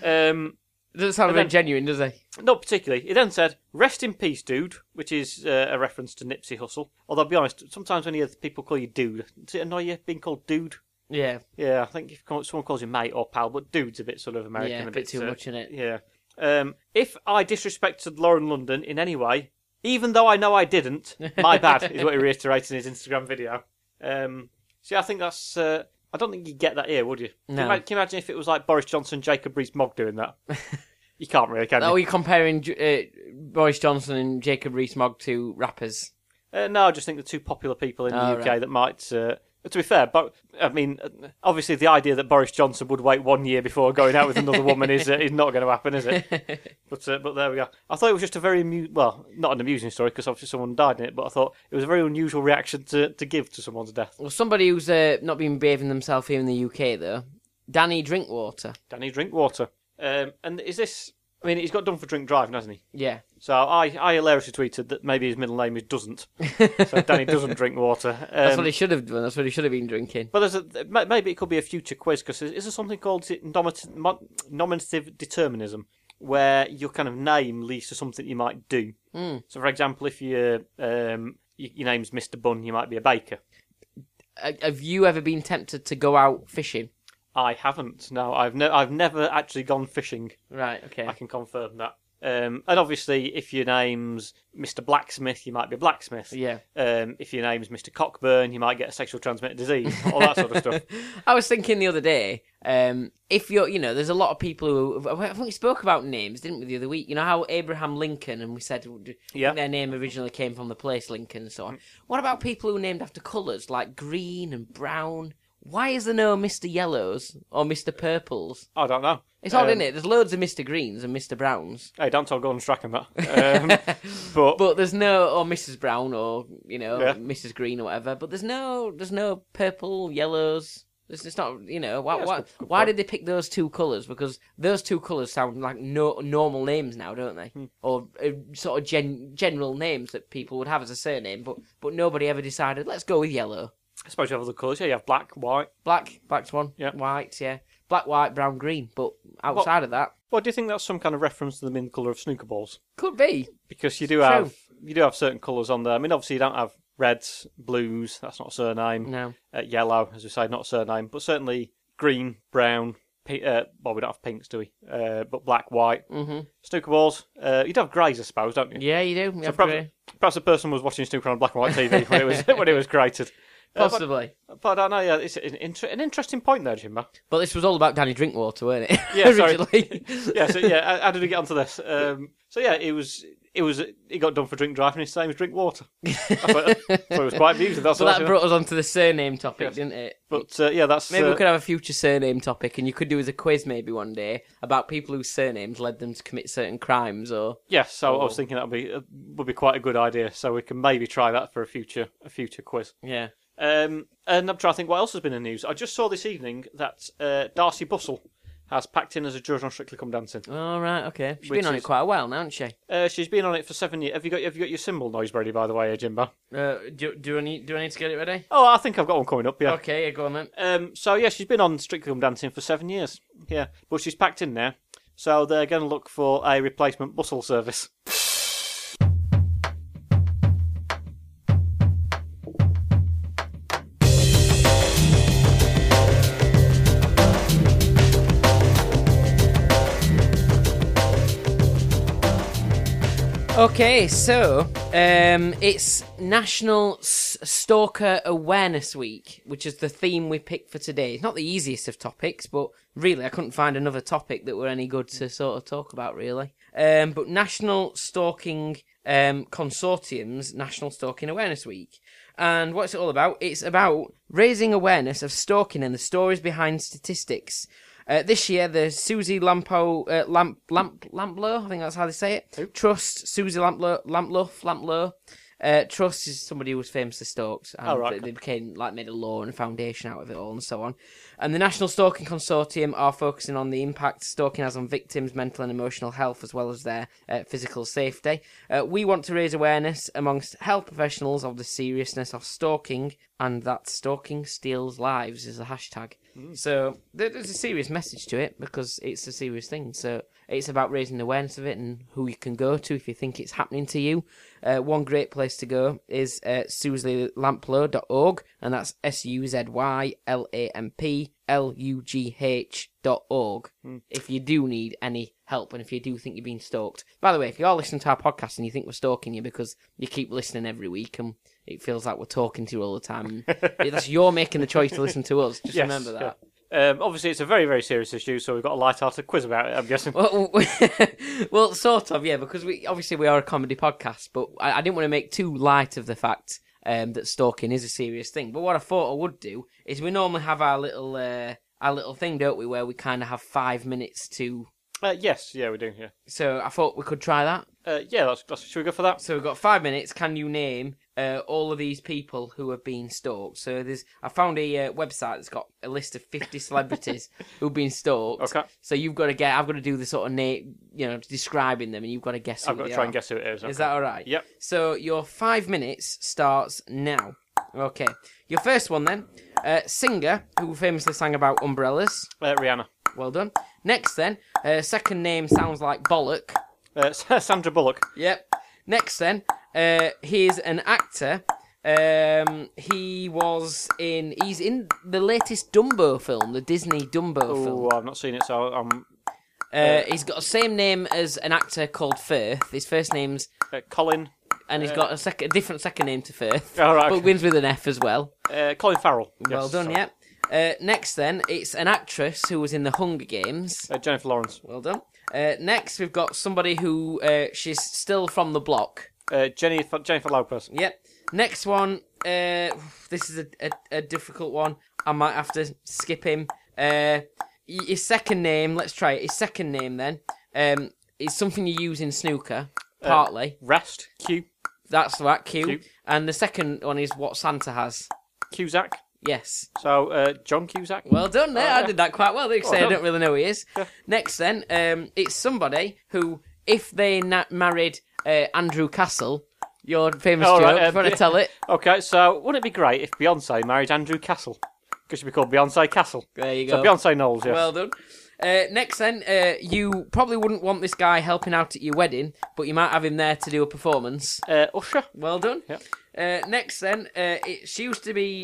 Speaker 2: um,
Speaker 1: Doesn't sound
Speaker 2: very
Speaker 1: very genuine, does he?
Speaker 2: not particularly. He then said, "Rest in peace, dude," which is uh, a reference to Nipsey Hussle. Although, I'll be honest, sometimes when you hear people call you dude, does it annoy you being called dude?
Speaker 1: Yeah.
Speaker 2: Yeah, I think if you call- someone calls you mate or pal, but dude's a bit sort of American,
Speaker 1: yeah. A
Speaker 2: a
Speaker 1: bit, too
Speaker 2: uh,
Speaker 1: much in it.
Speaker 2: Yeah. Um, if I disrespected Lauren London in any way, even though I know I didn't, my bad is what he reiterated in his Instagram video. Um, see, I think that's. Uh, I don't think you get that here, would you? Can you
Speaker 1: No.
Speaker 2: ima- Can you imagine if it was like Boris Johnson, Jacob Rees-Mogg doing that? you can't really, can you?
Speaker 1: Oh, you're comparing J- uh, Boris Johnson and Jacob Rees-Mogg to rappers.
Speaker 2: Uh, no, I just think the two popular people in the
Speaker 1: Oh,
Speaker 2: UK
Speaker 1: right.
Speaker 2: that might. Uh, to be fair, but I mean, uh, obviously the idea that Boris Johnson would wait one year before going out with another woman is uh, is not going to happen, is it? But uh, but there we go. I thought it was just a very amu- well, not an amusing story because obviously someone died in it, but I thought it was a very unusual reaction to, to give to someone's death.
Speaker 1: Well, somebody who's uh, not been behaving themselves here in the UK though, Danny Drinkwater.
Speaker 2: Danny Drinkwater, um, and is this I mean, he's got done for drink driving, hasn't he?
Speaker 1: Yeah.
Speaker 2: So I, I hilariously tweeted that maybe his middle name is doesn't. so Danny doesn't drink water. Um,
Speaker 1: That's what he should have done. That's what he should have been drinking.
Speaker 2: but there's a, ma- maybe it could be a future quiz because is, is there something called is it nominat- mon- nominative determinism where your kind of name leads to something you might do?
Speaker 1: Hmm.
Speaker 2: So, for example, if you um, y- your name's Mr. Bun, you might be a baker.
Speaker 1: Uh, have you ever been tempted to go out fishing?
Speaker 2: I haven't. No, I've no, I've never actually gone fishing.
Speaker 1: Right. Okay.
Speaker 2: I can confirm that. Um, and obviously, if your name's Mr. Blacksmith, you might be a blacksmith.
Speaker 1: Yeah.
Speaker 2: Um, if your name's Mr. Cockburn, you might get a sexual transmitted disease, all that sort of stuff.
Speaker 1: I was thinking the other day, um, if you're, you know, there's a lot of people who, I think we spoke about names, didn't we, the other week? You know how Abraham Lincoln, and we said
Speaker 2: Yeah. Mm.
Speaker 1: their name originally came from the place Lincoln and so on. What about people who are named after colours, like green and brown? Why is there no Mr. Yellows or Mr. Purples?
Speaker 2: I don't know.
Speaker 1: It's odd,
Speaker 2: Um,
Speaker 1: isn't it? There's loads of Mr. Greens and Mr. Browns,
Speaker 2: Hey, don't tell Gordon Strachan that. Um, but,
Speaker 1: but there's no, or Mrs. Brown or, you know,
Speaker 2: Yeah.
Speaker 1: Mrs. Green or whatever, but there's no, there's no purple, yellows. It's, it's not, you know, why,
Speaker 2: Yeah, that's
Speaker 1: why,
Speaker 2: a good
Speaker 1: why
Speaker 2: point.
Speaker 1: did they pick those two colours? Because those two colours sound like no, normal names now, don't they?
Speaker 2: Hmm.
Speaker 1: Or uh, sort of gen, general names that people would have as a surname, but, but nobody ever decided, let's go with yellow.
Speaker 2: I suppose you have other colours. Yeah, you have black, white.
Speaker 1: Black, black's one.
Speaker 2: Yeah.
Speaker 1: White, yeah. Black, white, brown, green. But outside of that,
Speaker 2: Well, do you think that's some kind of reference to the main colour of snooker balls?
Speaker 1: could be.
Speaker 2: Because you do have you do have certain colours on there. I mean, obviously you don't have reds, blues. That's not a surname.
Speaker 1: No.
Speaker 2: Uh, yellow, as we say, not a surname, but certainly green, brown. P- uh, well, we don't have pinks, do we? Uh, but black, white, mm-hmm. snooker balls. Uh, you'd have greys, I suppose, don't you?
Speaker 1: Yeah, you do. You have
Speaker 2: Perhaps,
Speaker 1: grey.
Speaker 2: perhaps the person was watching snooker on black and white TV when it was when it was created. Uh, but,
Speaker 1: Possibly.
Speaker 2: but I know yeah, it's an, inter- an interesting point there, Jimbo.
Speaker 1: But this was all about Danny Drinkwater, weren't it?
Speaker 2: Yeah, sorry.
Speaker 1: Originally.
Speaker 2: yeah, so yeah, how- how did we get onto this? Um, so yeah, it was it was it got done for drink driving. His name was drink water. I thought, I thought it was quite amusing. That's
Speaker 1: so
Speaker 2: all I
Speaker 1: that
Speaker 2: can-
Speaker 1: brought us onto the surname topic,
Speaker 2: Yes.
Speaker 1: didn't it?
Speaker 2: But uh, yeah, that's
Speaker 1: Maybe
Speaker 2: uh,
Speaker 1: we could have a future surname topic, and you could do as a quiz maybe one day about people whose surnames led them to commit certain crimes, or
Speaker 2: yes. So I was thinking that would be uh, would be quite a good idea. So we can maybe try that for a future a future quiz.
Speaker 1: yeah,
Speaker 2: Um, and I'm trying to think what else has been in the news. I just saw this evening that uh, Darcy Bustle has packed in as a judge on Strictly Come Dancing.
Speaker 1: all right, okay. She's
Speaker 2: Which
Speaker 1: been on
Speaker 2: is-
Speaker 1: it quite a while now, hasn't she?
Speaker 2: Uh, she's been on it for seven years. Have you got have you got your cymbal noise ready by the way, Jimbo?
Speaker 1: Uh, do do I need do I need to get it ready?
Speaker 2: Oh, I think I've got one coming up. Yeah.
Speaker 1: Okay, yeah, go on then.
Speaker 2: Um, so yeah, she's been on Strictly Come Dancing for seven years. Yeah, but she's packed in now, so they're going to look for a replacement bustle service.
Speaker 1: Okay, so um, it's National S- Stalker Awareness Week, which is the theme we picked for today. It's not the easiest of topics, but really, I couldn't find another topic that were any good to sort of talk about, really. Um, but National Stalking um, Consortium's National Stalking Awareness Week. And what's it all about? It's about raising awareness of stalking and the stories behind statistics. Uh, this year, the Susie Lampo uh, Lamp Lamp Lamplow, I think that's how they say it. Trust Susie Lamplow Lamplow Lamplow. Uh, Trust is somebody who was famously stalked, and
Speaker 2: Oh, right,
Speaker 1: they,
Speaker 2: okay.
Speaker 1: they became like made a law and a foundation out of it all, and so on. And the National Stalking Consortium are focusing on the impact stalking has on victims' mental and emotional health, as well as their uh, physical safety. Uh, we want to raise awareness amongst health professionals of the seriousness of stalking, and that stalking steals lives is the hashtag. So there- there's a serious message to it because it's a serious thing. So it's about raising awareness of it and who you can go to if you think it's happening to you. Uh, one great place to go is uh, susielamplaw.org, and that's S U Z Y L A M P L U G H dot org. If you do need any help and if you do think you're being stalked. By the way, if you are listening to our podcast and you think we're stalking you because you keep listening every week and it feels like we're talking to you all the time, that's you're making the choice to listen to us. Just
Speaker 2: Yes,
Speaker 1: remember that.
Speaker 2: yeah. Um, obviously, it's a very very serious issue, so we've got a light-hearted quiz about it. I'm guessing.
Speaker 1: Well, well, sort of, yeah, because we obviously we are a comedy podcast, but I, I didn't want to make too light of the fact um, that stalking is a serious thing. But what I thought I would do is we normally have our little uh, our little thing, don't we, where we kind of have five minutes to.
Speaker 2: Uh, yes, yeah, we do. Yeah,
Speaker 1: So I thought we could try that.
Speaker 2: uh, yeah. That's, that's should we go for that?
Speaker 1: So we've got five minutes. Can you name uh, all of these people who have been stalked. So there's, I found a uh, website that's got a list of 50 celebrities who've been stalked.
Speaker 2: Okay.
Speaker 1: So you've got to get, I've got to do the sort of name, you know, describing them, and you've got to guess. Who
Speaker 2: I've got
Speaker 1: they
Speaker 2: to try
Speaker 1: are.
Speaker 2: and guess who it is.
Speaker 1: Is
Speaker 2: okay.
Speaker 1: that all right?
Speaker 2: Yep.
Speaker 1: So your five minutes starts now. Okay. Your first one then, uh, singer who famously sang about umbrellas.
Speaker 2: Uh, Rihanna.
Speaker 1: Well done. Next then, uh, second name sounds like bollock.
Speaker 2: Uh, Sandra Bullock.
Speaker 1: Yep. Next then, uh, he's an actor. Um, he was in. He's in the latest Dumbo film, the Disney Dumbo
Speaker 2: Oh,
Speaker 1: film.
Speaker 2: I've not seen it, so I'm
Speaker 1: Uh, he's got the same name as an actor called Firth. His first name's,
Speaker 2: uh, Colin.
Speaker 1: and
Speaker 2: Uh.
Speaker 1: he's got a, sec- a different second name to Firth,
Speaker 2: All right.
Speaker 1: but wins with an F as well.
Speaker 2: Uh, Colin Farrell.
Speaker 1: well
Speaker 2: Ah, Yes,
Speaker 1: done.
Speaker 2: sorry.
Speaker 1: Yep. Uh, next then, it's an actress who was in the Hunger Games.
Speaker 2: Uh, Jennifer Lawrence.
Speaker 1: Well done. Uh, next, we've got somebody who uh, she's still from the block.
Speaker 2: Uh, Jenny Jennifer Lopez.
Speaker 1: Yep. Next one. Uh, this is a, a, a difficult one. I might have to skip him. Uh, y- his second name. Let's try it. His second name then. Um, is something you use in snooker. Partly.
Speaker 2: Rest. Q.
Speaker 1: That's that. Q.
Speaker 2: Q.
Speaker 1: And the second one is what Santa has.
Speaker 2: Cusack.
Speaker 1: Yes.
Speaker 2: So uh, John Cusack.
Speaker 1: Well done. There,
Speaker 2: Oh,
Speaker 1: I
Speaker 2: yeah.
Speaker 1: did that quite well. They say I
Speaker 2: done.
Speaker 1: don't really know who he is. Next then, um, it's somebody who, if they na- married uh, Andrew Castle, your famous
Speaker 2: All
Speaker 1: joke.
Speaker 2: right,
Speaker 1: Do you
Speaker 2: um,
Speaker 1: want to
Speaker 2: yeah.
Speaker 1: tell it?
Speaker 2: Okay, so wouldn't it be great if Beyonce married Andrew Castle? Because she'd be called Beyonce Castle.
Speaker 1: There you
Speaker 2: So
Speaker 1: go.
Speaker 2: Beyonce Knowles, yes.
Speaker 1: Well done. Uh, next then, uh, you probably wouldn't want this guy helping out at your wedding, but you might have him there to do a performance.
Speaker 2: uh, Usher.
Speaker 1: Well done.
Speaker 2: Yep.
Speaker 1: Uh, next then, uh, it, she used to be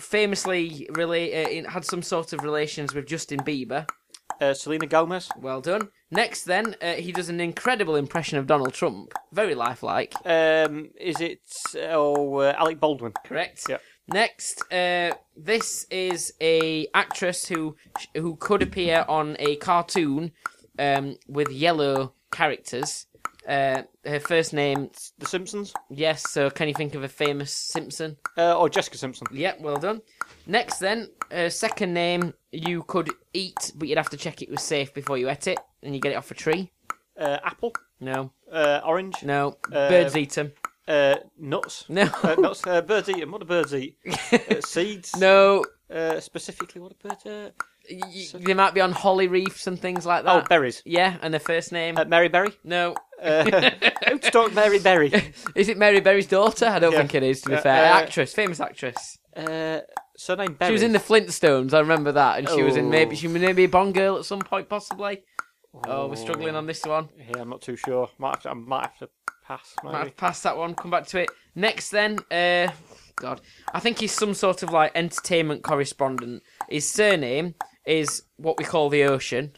Speaker 1: famously really uh, in- had some sort of relations with Justin Bieber.
Speaker 2: Uh, Selena Gomez.
Speaker 1: Well done. Next then, uh, he does an incredible impression of Donald Trump. Very lifelike.
Speaker 2: Um, is it oh uh, Alec Baldwin?
Speaker 1: Correct.
Speaker 2: Yep.
Speaker 1: Next, uh, this is a actress who who could appear on a cartoon um, with yellow characters. Uh, her first name,
Speaker 2: The Simpsons.
Speaker 1: yes. So, can you think of a famous Simpson?
Speaker 2: Uh, or Jessica Simpson.
Speaker 1: Yep, well done. Next, then, her second name you could eat, but you'd have to check it was safe before you ate it, and you get it off a tree.
Speaker 2: Uh, apple.
Speaker 1: No,
Speaker 2: Uh, orange.
Speaker 1: no.
Speaker 2: Uh,
Speaker 1: Birds eat them.
Speaker 2: Uh, nuts.
Speaker 1: No.
Speaker 2: Uh, nuts. Uh, birds eat 'em. What do birds eat? Uh, seeds.
Speaker 1: No,
Speaker 2: Uh, specifically, what do birds? Uh...
Speaker 1: y- y- they might be on holly reefs and things like
Speaker 2: Oh,
Speaker 1: that.
Speaker 2: berries.
Speaker 1: yeah, and her first name.
Speaker 2: Uh, Mary Berry.
Speaker 1: no,
Speaker 2: Uh, who stalked Mary Berry?
Speaker 1: Is it Mary Berry's daughter? I don't
Speaker 2: Yeah.
Speaker 1: think it is. To be
Speaker 2: Uh,
Speaker 1: fair,
Speaker 2: uh,
Speaker 1: actress, famous actress.
Speaker 2: Uh, surname Berry.
Speaker 1: She was in the Flintstones. I remember that, and she was in maybe
Speaker 2: Oh.
Speaker 1: she maybe a Bond girl at some point, possibly. Oh, we're struggling on this one.
Speaker 2: Yeah, I'm not too sure. Might have to, I might have to pass.
Speaker 1: Might
Speaker 2: Maybe.
Speaker 1: have passed that one. Come back to it next. Then, uh, God, I think he's some sort of like entertainment correspondent. His surname is what we call the ocean.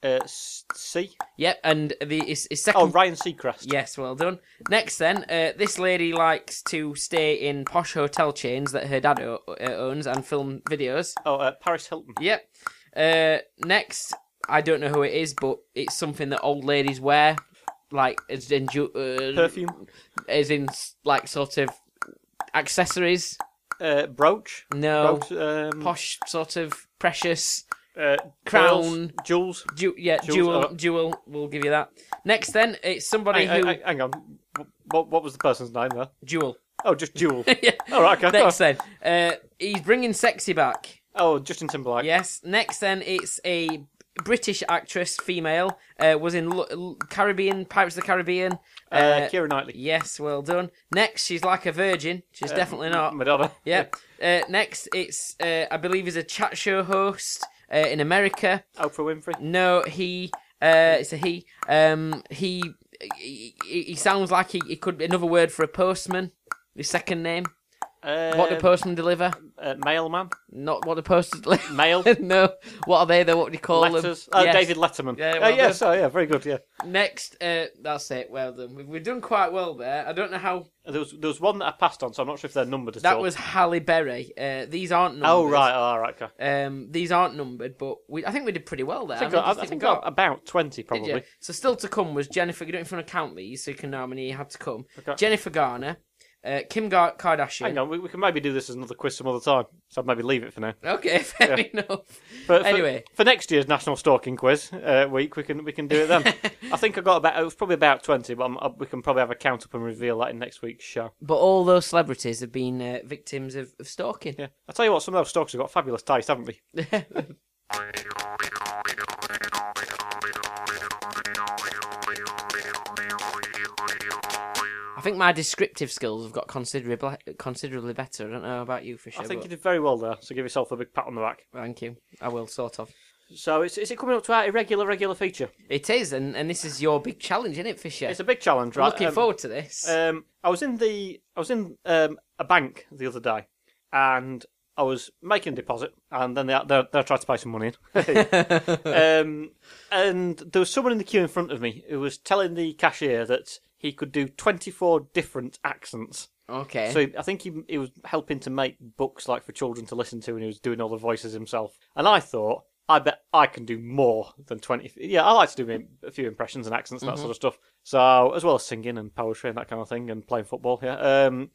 Speaker 2: Uh, S- C.
Speaker 1: Yep, and the his, his second.
Speaker 2: Oh, Ryan Seacrest.
Speaker 1: Yes, well done. Next, then, uh, this lady likes to stay in posh hotel chains that her dad o- uh, owns and film videos.
Speaker 2: Oh, uh, Paris Hilton.
Speaker 1: Yep. Uh, next, I don't know who it is, but it's something that old ladies wear, like as in ju- uh,
Speaker 2: Perfume.
Speaker 1: as in s- like sort of accessories.
Speaker 2: Uh, brooch.
Speaker 1: No,
Speaker 2: Brooch, um,
Speaker 1: posh sort of precious
Speaker 2: uh,
Speaker 1: crown.
Speaker 2: pearls, Jewels.
Speaker 1: ju- yeah
Speaker 2: Jewels,
Speaker 1: jewel.
Speaker 2: uh,
Speaker 1: Jewel, we'll give you that. Next, then, it's somebody
Speaker 2: Hang,
Speaker 1: who
Speaker 2: hang- hang on. What, what was the person's name there?
Speaker 1: jewel.
Speaker 2: Oh, just Jewel.
Speaker 1: yeah.
Speaker 2: All right, okay.
Speaker 1: Next, then, uh, he's bringing sexy back.
Speaker 2: Oh, Justin Timberlake.
Speaker 1: Yes. Next, then it's a British actress, female, uh, was in L- L- Caribbean Pirates of the Caribbean.
Speaker 2: Uh, Keira Knightley.
Speaker 1: yes, well done. Next, she's like a virgin.
Speaker 2: Uh,
Speaker 1: She's definitely not.
Speaker 2: Madonna.
Speaker 1: Yep. Uh, next, it's uh, I believe he's a chat show host uh, in America.
Speaker 2: Oprah Winfrey.
Speaker 1: No, he. Uh, it's a he. Um, he. He, he he sounds like he, he could be another word for a postman. His second name.
Speaker 2: Uh,
Speaker 1: What do postmen deliver?
Speaker 2: uh, Mailman.
Speaker 1: Not what the posters deliver.
Speaker 2: Mail.
Speaker 1: no. What are they? Though? What do you call
Speaker 2: Letters.
Speaker 1: them?
Speaker 2: Oh,
Speaker 1: Yes.
Speaker 2: David Letterman.
Speaker 1: Yeah,
Speaker 2: Uh,
Speaker 1: well
Speaker 2: yes, oh, yeah, very good, yeah.
Speaker 1: Next, uh, that's it. Well done. We've, we've done quite well there. I don't know how.
Speaker 2: There was, there was one that I passed on, so I'm not sure if they're numbered at
Speaker 1: That
Speaker 2: all.
Speaker 1: was Halle Berry. Uh, these aren't numbered.
Speaker 2: Oh, right, oh, all right, okay.
Speaker 1: Um, these aren't numbered, but we, I think we did pretty well there.
Speaker 2: I think,
Speaker 1: mean,
Speaker 2: I, I
Speaker 1: just
Speaker 2: think
Speaker 1: we
Speaker 2: I got about 20,
Speaker 1: did you?
Speaker 2: probably.
Speaker 1: So still to come was Jennifer. You don't even want to count these, so you can know how many you had to come.
Speaker 2: Okay.
Speaker 1: Jennifer Garner, Uh, Kim Gar- Kardashian.
Speaker 2: Hang on, we, we can maybe do this as another quiz some other time. So I'd maybe leave it for now.
Speaker 1: Okay, fair enough.
Speaker 2: But for,
Speaker 1: Anyway.
Speaker 2: for next year's National Stalking Quiz uh, week, we can we can do it then. I think I got about it was probably about twenty, but I'm, uh, we can probably have a count up and reveal that in next week's show.
Speaker 1: But all those celebrities have been uh, victims of, of stalking.
Speaker 2: Yeah, I tell you what, some of those stalkers have got fabulous taste, haven't they?
Speaker 1: I think my descriptive skills have got considerably considerably better. I don't know about you, Fisher.
Speaker 2: I think
Speaker 1: but
Speaker 2: you did very well there, so give yourself a big pat on the back.
Speaker 1: Thank you. I will sort of.
Speaker 2: So is, is it coming up to our irregular regular feature?
Speaker 1: It is, and, and this is your big challenge, isn't it, Fisher?
Speaker 2: It's a big challenge, right?
Speaker 1: Looking
Speaker 2: Um,
Speaker 1: forward to this.
Speaker 2: Um, I was in the I was in um, a bank the other day, and I was making a deposit, and then they they, they tried to pay some money in. um, and there was someone in the queue in front of me who was telling the cashier that he could do twenty four different accents.
Speaker 1: okay.
Speaker 2: So I think he, he was helping to make books like for children to listen to, and he was doing all the voices himself. And I thought, I bet I can do more than twenty. Yeah, I like to do a few impressions and accents and that sort of stuff. So as well as singing and poetry and that kind of thing, and playing football. Yeah. Um,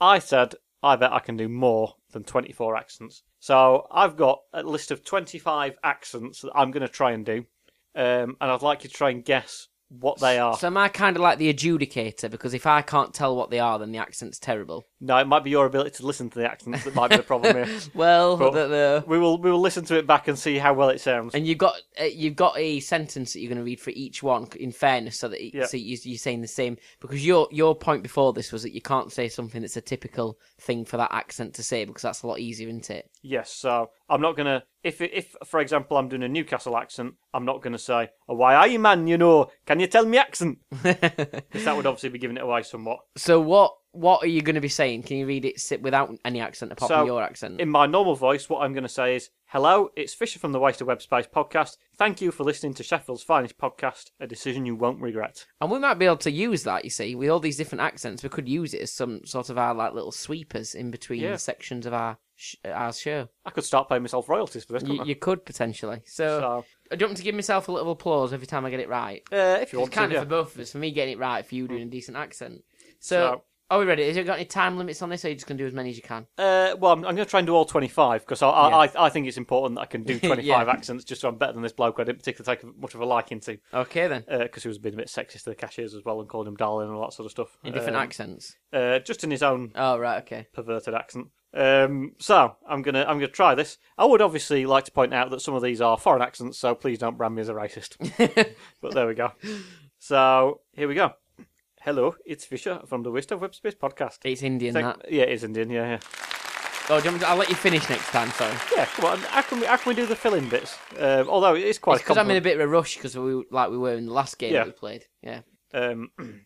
Speaker 2: I said, I bet I can do more than twenty four accents. So I've got a list of twenty five accents that I'm going to try and do, um, and I'd like you to try and guess what they are.
Speaker 1: So am I kind of like the adjudicator? Because if I can't tell what they are, then the accent's terrible.
Speaker 2: no, it might be your ability to listen to the accents that might be the problem here.
Speaker 1: Well,
Speaker 2: But-
Speaker 1: the, the,
Speaker 2: We will we will listen to it back and see how well it sounds.
Speaker 1: and you've got uh, you've got a sentence that you're going to read for each one. In fairness, so that it,
Speaker 2: Yeah.
Speaker 1: so you, you're saying the same. Because your your point before this was that you can't say something that's a typical thing for that accent to say because that's a lot easier, isn't it?
Speaker 2: Yes, so I'm not gonna if if for example I'm doing a Newcastle accent, I'm not gonna say "Oh, why are you man, you know, can you tell me accent? Because that would obviously be giving it away somewhat.
Speaker 1: So what what are you going to be saying? Can you read it si- without any accent apart
Speaker 2: So,
Speaker 1: from your accent?
Speaker 2: In my normal voice, what I'm gonna say is Hello, it's Fisher from the Waste of Web Space podcast. Thank you for listening to Sheffield's finest podcast, a decision you won't regret.
Speaker 1: And we might be able to use that, you see, with all these different accents. We could use it as some sort of our like little sweepers in between
Speaker 2: Yeah.
Speaker 1: the sections of our sh- our show.
Speaker 2: I could start paying myself royalties for this, couldn't
Speaker 1: You, you could potentially.
Speaker 2: I?
Speaker 1: So,
Speaker 2: So
Speaker 1: I do you want me to give myself a little applause every time I get it right.
Speaker 2: uh, if you
Speaker 1: It's
Speaker 2: want
Speaker 1: kind of
Speaker 2: to, yeah. Hmm.
Speaker 1: for both of us, for me getting it right, for you doing a decent accent. So,
Speaker 2: So-
Speaker 1: are we ready? Has it got any time limits on this, or you just going to do as many as you can?
Speaker 2: Uh, well, I'm, I'm going to try and do all 25 because I, I, I, I think it's important that I can do 25
Speaker 1: Yeah.
Speaker 2: accents just so I'm better than this bloke who I didn't particularly take much of a liking to
Speaker 1: Okay then,
Speaker 2: because he was being a bit sexist to the cashiers as well and calling him darling and all that sort of stuff.
Speaker 1: in different
Speaker 2: Um,
Speaker 1: accents.
Speaker 2: Uh, just in his own
Speaker 1: Oh right, okay.
Speaker 2: perverted accent. Um, so I'm gonna I'm gonna try this. I would obviously like to point out that some of these are foreign accents, so please don't brand me as a racist. but there we go. So here we go. Hello, it's Fisher from the Waste of Web Space podcast.
Speaker 1: It's Indian
Speaker 2: Thank-
Speaker 1: that.
Speaker 2: yeah, it is Indian. Yeah, yeah.
Speaker 1: Oh, do you want me to- I'll let you finish next time. Sorry.
Speaker 2: Yeah, come on. How can we, how can we do the filling bits? Um, although it's quite
Speaker 1: Because I'm in a bit of a rush because we like we were in the last game
Speaker 2: Yeah.
Speaker 1: that we played. Yeah.
Speaker 2: compliment. Um,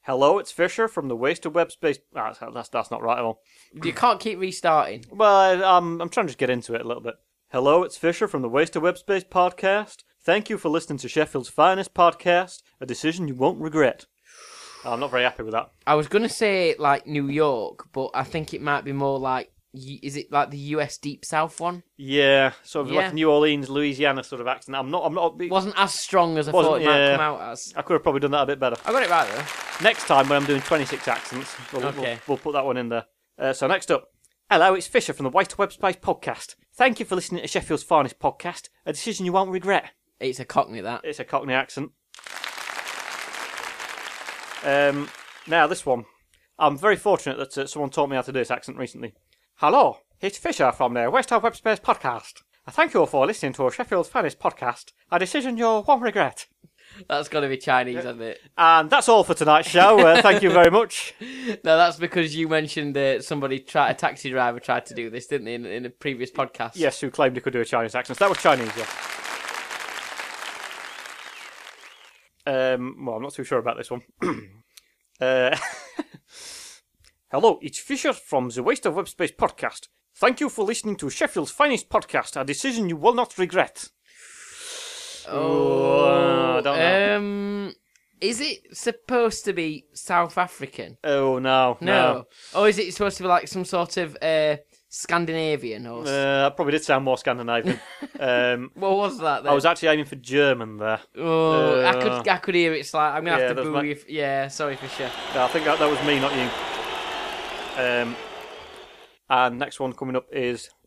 Speaker 2: Hello, it's Fisher from the Wasted Web Space. Ah, that's- that's, that's not right at all.
Speaker 1: You can't keep restarting.
Speaker 2: Well, I, um, I'm trying to just get into it a little bit. Hello, it's Fisher from the Wasted Web Space podcast. Thank you for listening to Sheffield's finest podcast, a decision you won't regret. Oh, I'm not very happy with that.
Speaker 1: I was gonna say like New York, but I think it might be more like y- is it like the U.S. Deep South one?
Speaker 2: Yeah, sort of
Speaker 1: Yeah.
Speaker 2: like New Orleans, Louisiana sort of accent. I'm not. I'm not.
Speaker 1: It wasn't as strong as I
Speaker 2: Wasn't,
Speaker 1: thought it might
Speaker 2: yeah.
Speaker 1: come out as.
Speaker 2: I could have probably done that a bit better.
Speaker 1: I got it right though.
Speaker 2: Next time when I'm doing 26 accents, we'll, we'll-
Speaker 1: Okay.
Speaker 2: we'll, put that one in there. Uh, so next up, hello, it's Fisher from the Waste to Web Space podcast. Thank you for listening to Sheffield's finest podcast, a decision you won't regret.
Speaker 1: It's a cockney that.
Speaker 2: It's a Cockney accent. Um, now this one, I'm very fortunate that uh, someone taught me how to do this accent recently. Hello, it's Fisher from the Waste of Web Space podcast. Thank you all for listening to Sheffield's finest podcast, a decision you won't regret.
Speaker 1: That's got to be Chinese, hasn't it?
Speaker 2: And that's all for tonight's show. Uh, thank you very much.
Speaker 1: No, that's because you mentioned that somebody try a taxi driver tried to do this, didn't they, in, in a previous podcast?
Speaker 2: Yes, who claimed he could do a Chinese accent. That was Chinese, yeah. Um, well, I'm not too sure about this one. uh, Hello, it's Fisher from the Waste of Web Space podcast. Thank you for listening to Sheffield's finest podcast, a decision you will not regret.
Speaker 1: Oh,
Speaker 2: I don't know.
Speaker 1: Um, is it supposed to be South African?
Speaker 2: Oh, no.
Speaker 1: No. Or is it supposed to be like some sort of uh, Scandinavian or?
Speaker 2: no. Uh, that probably did sound more Scandinavian. um,
Speaker 1: What was that? Then?
Speaker 2: I was actually aiming for German there.
Speaker 1: Oh, I
Speaker 2: Uh,
Speaker 1: could I could hear it. It's like I'm gonna
Speaker 2: yeah,
Speaker 1: have to
Speaker 2: that's
Speaker 1: boo
Speaker 2: my-
Speaker 1: you. f- Yeah, sorry for sure.
Speaker 2: No, I think that, that was me, not you. Um, and next one coming up is.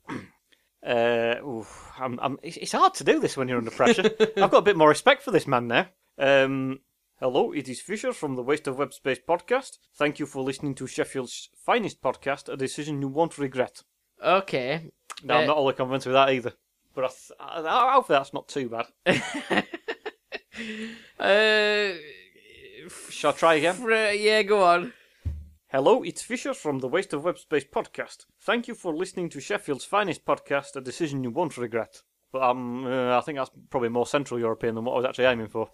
Speaker 2: Uh, oof, I'm, I'm, it's, it's hard to do this when you're under pressure. I've got a bit more respect for this man now. Um, hello, it is Fisher from the Waste of Web Space podcast. Thank you for listening to Sheffield's finest podcast, a decision you won't regret.
Speaker 1: Okay.
Speaker 2: No,
Speaker 1: Uh,
Speaker 2: I'm not all convinced with that either. But I, th- I, I hope that's not too bad.
Speaker 1: Uh,
Speaker 2: Shall I try again?
Speaker 1: fr- yeah, go on.
Speaker 2: Hello, it's Fisher from the Waste of Web Space podcast. Thank you for listening to Sheffield's finest podcast, a decision you won't regret. But um, uh, I think that's probably more Central European than what I was actually aiming for.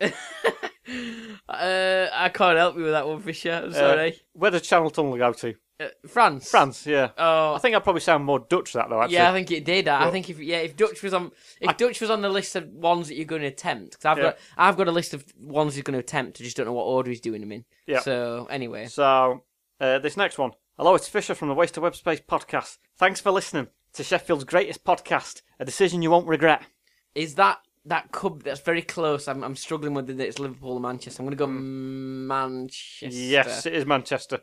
Speaker 1: Uh, I can't help you with that one, Fisher. I'm sorry.
Speaker 2: Where does Channel Tunnel go to?
Speaker 1: Uh, France.
Speaker 2: Uh, France, yeah.
Speaker 1: Oh,
Speaker 2: I think I probably sound more Dutch that though. Actually,
Speaker 1: yeah, I think it did. I think if yeah, if Dutch was on if Dutch was on the list of ones that you're going to attempt, because I've
Speaker 2: Yeah.
Speaker 1: got I've got a list of ones he's going to attempt. I just don't know what order he's doing them in.
Speaker 2: Yeah.
Speaker 1: So anyway,
Speaker 2: So, uh, this next one. Hello, it's Fisher from the Waste of Web Space podcast. Thanks for listening to Sheffield's greatest podcast, a decision you won't regret.
Speaker 1: is that that could that's very close. I'm I'm struggling with it. It's Liverpool or Manchester. I'm going to go Manchester.
Speaker 2: Hmm. Yes, it is Manchester.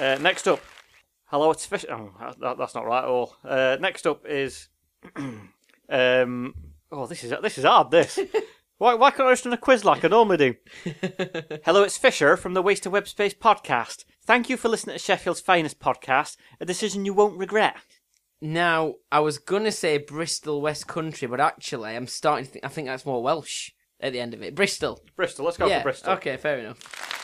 Speaker 2: Uh, next up, hello, it's Fish. Oh, that, that's not right at all. Uh, next up is, um, oh, this is this is hard. This. Why, why can't I just run a quiz like I normally do? Hello, it's Fisher from the Waste of Web Space podcast. Thank you for listening to Sheffield's finest podcast, a decision you won't regret.
Speaker 1: Now I was going to say Bristol West Country, but actually I'm starting to think I think that's more Welsh at the end of it. Bristol.
Speaker 2: Bristol, let's go
Speaker 1: yeah.
Speaker 2: for Bristol.
Speaker 1: Okay, fair enough.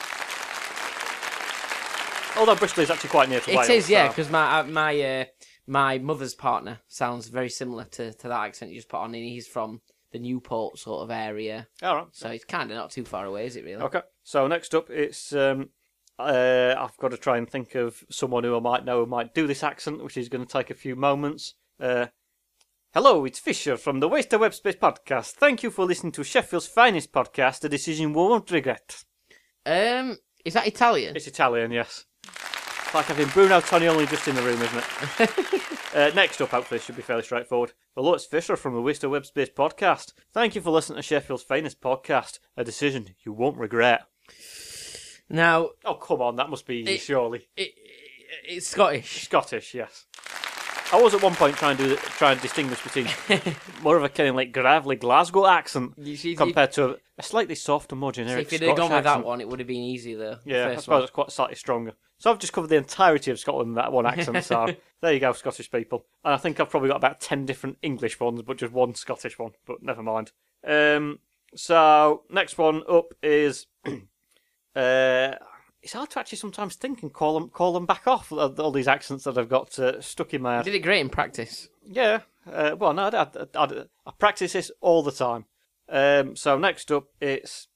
Speaker 2: Although Bristol is actually quite near to
Speaker 1: It is,
Speaker 2: Wales.
Speaker 1: yeah,
Speaker 2: so-
Speaker 1: because my uh, my uh, my mother's partner sounds very similar to, to that accent you just put on, and he's from the Newport sort of area,
Speaker 2: All right.
Speaker 1: so it's kind of not too far away, is it? Really?
Speaker 2: Okay. So next up, it's um, uh, I've got to try and think of someone who I might know who might do this accent, which is going to take a few moments. Uh, hello, it's Fisher from the Waste of Web Space podcast. Thank you for listening to Sheffield's finest podcast, a decision we won't regret.
Speaker 1: Um, is that Italian?
Speaker 2: It's Italian, yes. It's like having Bruno Tonioli just in the room, isn't it? uh, next up, hopefully, should be fairly straightforward. Hello, it's Fisher from the Waste of Web Space podcast. Thank you for listening to Sheffield's finest podcast, a decision you won't regret.
Speaker 1: Now
Speaker 2: Oh, come on, that must be easy,
Speaker 1: It-
Speaker 2: surely.
Speaker 1: it, it's Scottish.
Speaker 2: Scottish, yes. I was at one point trying to try and distinguish between more of a kind of like gravelly Glasgow accent
Speaker 1: You see, if you-
Speaker 2: compared to a slightly softer, more generic
Speaker 1: if you'd
Speaker 2: Scottish
Speaker 1: have gone with
Speaker 2: accent.
Speaker 1: that one, it would have been easy though. the
Speaker 2: yeah, I
Speaker 1: first
Speaker 2: suppose it's quite slightly stronger. So I've just covered the entirety of Scotland in that one accent. so there you go, Scottish people. And I think I've probably got about ten different English ones, but just one Scottish one. But never mind. Um, so next one up is. uh, it's hard to actually sometimes think and call them call them back off. uh, All these accents that I've got uh, stuck in my
Speaker 1: I
Speaker 2: head.
Speaker 1: did it great in practice.
Speaker 2: Yeah. Uh, well, no, I, I, I, I practice this all the time. Um, so next up, it's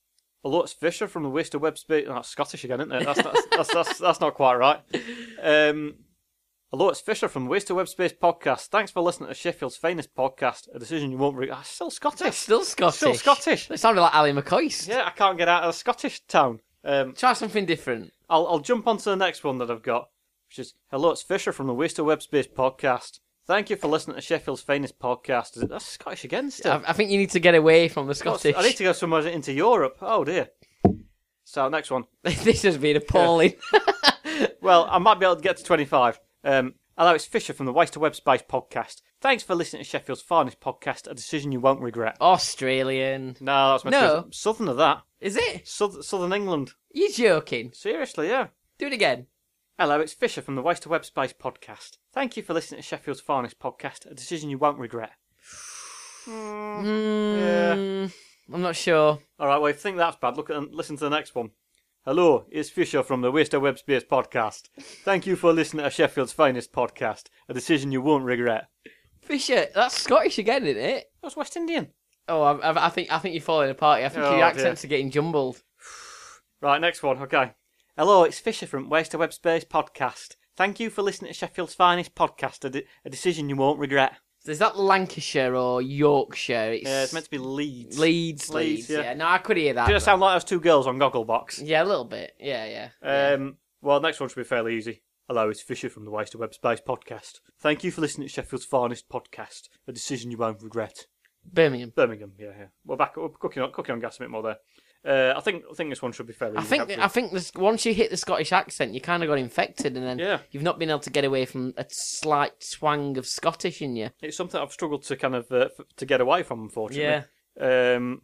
Speaker 2: Lutz Fisher from the Waste of Web Space. No, that's Scottish again, isn't it? That's that's, that's, that's, that's not quite right. Um, Hello, it's Fisher from the Waste of Web Space podcast. Thanks for listening to Sheffield's finest podcast. A decision you won't read. Ah, still Scottish.
Speaker 1: Still Scottish.
Speaker 2: Still Scottish.
Speaker 1: It sounded like Ali McCoist.
Speaker 2: Yeah, I can't get out of a Scottish town. Um,
Speaker 1: Try something different.
Speaker 2: I'll, I'll jump on to the next one that I've got, which is Hello, it's Fisher from the Waste of Web Space podcast. Thank you for listening to Sheffield's finest podcast. Is it- That's Scottish again, still.
Speaker 1: I, I think you need to get away from the Scottish.
Speaker 2: I need to go somewhere into Europe. Oh dear. So next one.
Speaker 1: this has been appalling.
Speaker 2: Well, I might be able to get to twenty-five. Um, hello, it's Fisher from the Waste to Web Space podcast. Thanks for listening to Sheffield's finest podcast. A decision you won't regret.
Speaker 1: Australian.
Speaker 2: No, that's meant
Speaker 1: No.
Speaker 2: to be southern of that.
Speaker 1: Is it?
Speaker 2: South- southern England.
Speaker 1: You joking?
Speaker 2: Seriously, yeah.
Speaker 1: Do it again.
Speaker 2: Hello, it's Fisher from the Waste to Web Space podcast. Thank you for listening to Sheffield's finest podcast. A decision you won't regret.
Speaker 1: Mm, I'm not sure.
Speaker 2: All right, well, if you think that's bad, look at listen to the next one. Hello, it's Fisher from the Waste of Web Space podcast. Thank you for listening to Sheffield's finest podcast, a decision you won't regret.
Speaker 1: Fisher, that's Scottish again, isn't it?
Speaker 2: That's West Indian.
Speaker 1: Oh, I, I, I think I think you're falling apart. here. I think
Speaker 2: Oh,
Speaker 1: your accents are getting jumbled.
Speaker 2: Right, next one, okay. Hello, it's Fisher from Waste of Web Space podcast. Thank you for listening to Sheffield's finest podcast, a, de- a decision you won't regret.
Speaker 1: So is that Lancashire or Yorkshire? It's,
Speaker 2: Yeah, it's meant to be Leeds.
Speaker 1: Leeds, Leeds.
Speaker 2: Leeds,
Speaker 1: yeah.
Speaker 2: yeah.
Speaker 1: no, I could hear that.
Speaker 2: Did it sound like those two girls on Gogglebox?
Speaker 1: Yeah, a little bit. Yeah, yeah. yeah.
Speaker 2: Um, well, next one should be fairly easy. Hello, it's Fisher from the Waste of Web Space podcast. Thank you for listening to Sheffield's finest podcast, a decision you won't regret.
Speaker 1: Birmingham.
Speaker 2: Birmingham, yeah, yeah. We're back, we're cooking on, cooking on gas a bit more there. Uh, I think I think this one should be fairly.
Speaker 1: I think
Speaker 2: easy,
Speaker 1: I think this, once you hit the Scottish accent, you kind of got infected, and then
Speaker 2: Yeah.
Speaker 1: you've not been able to get away from a slight twang of Scottish in you.
Speaker 2: it's something I've struggled to kind of uh, f- to get away from, unfortunately. Yeah. Um,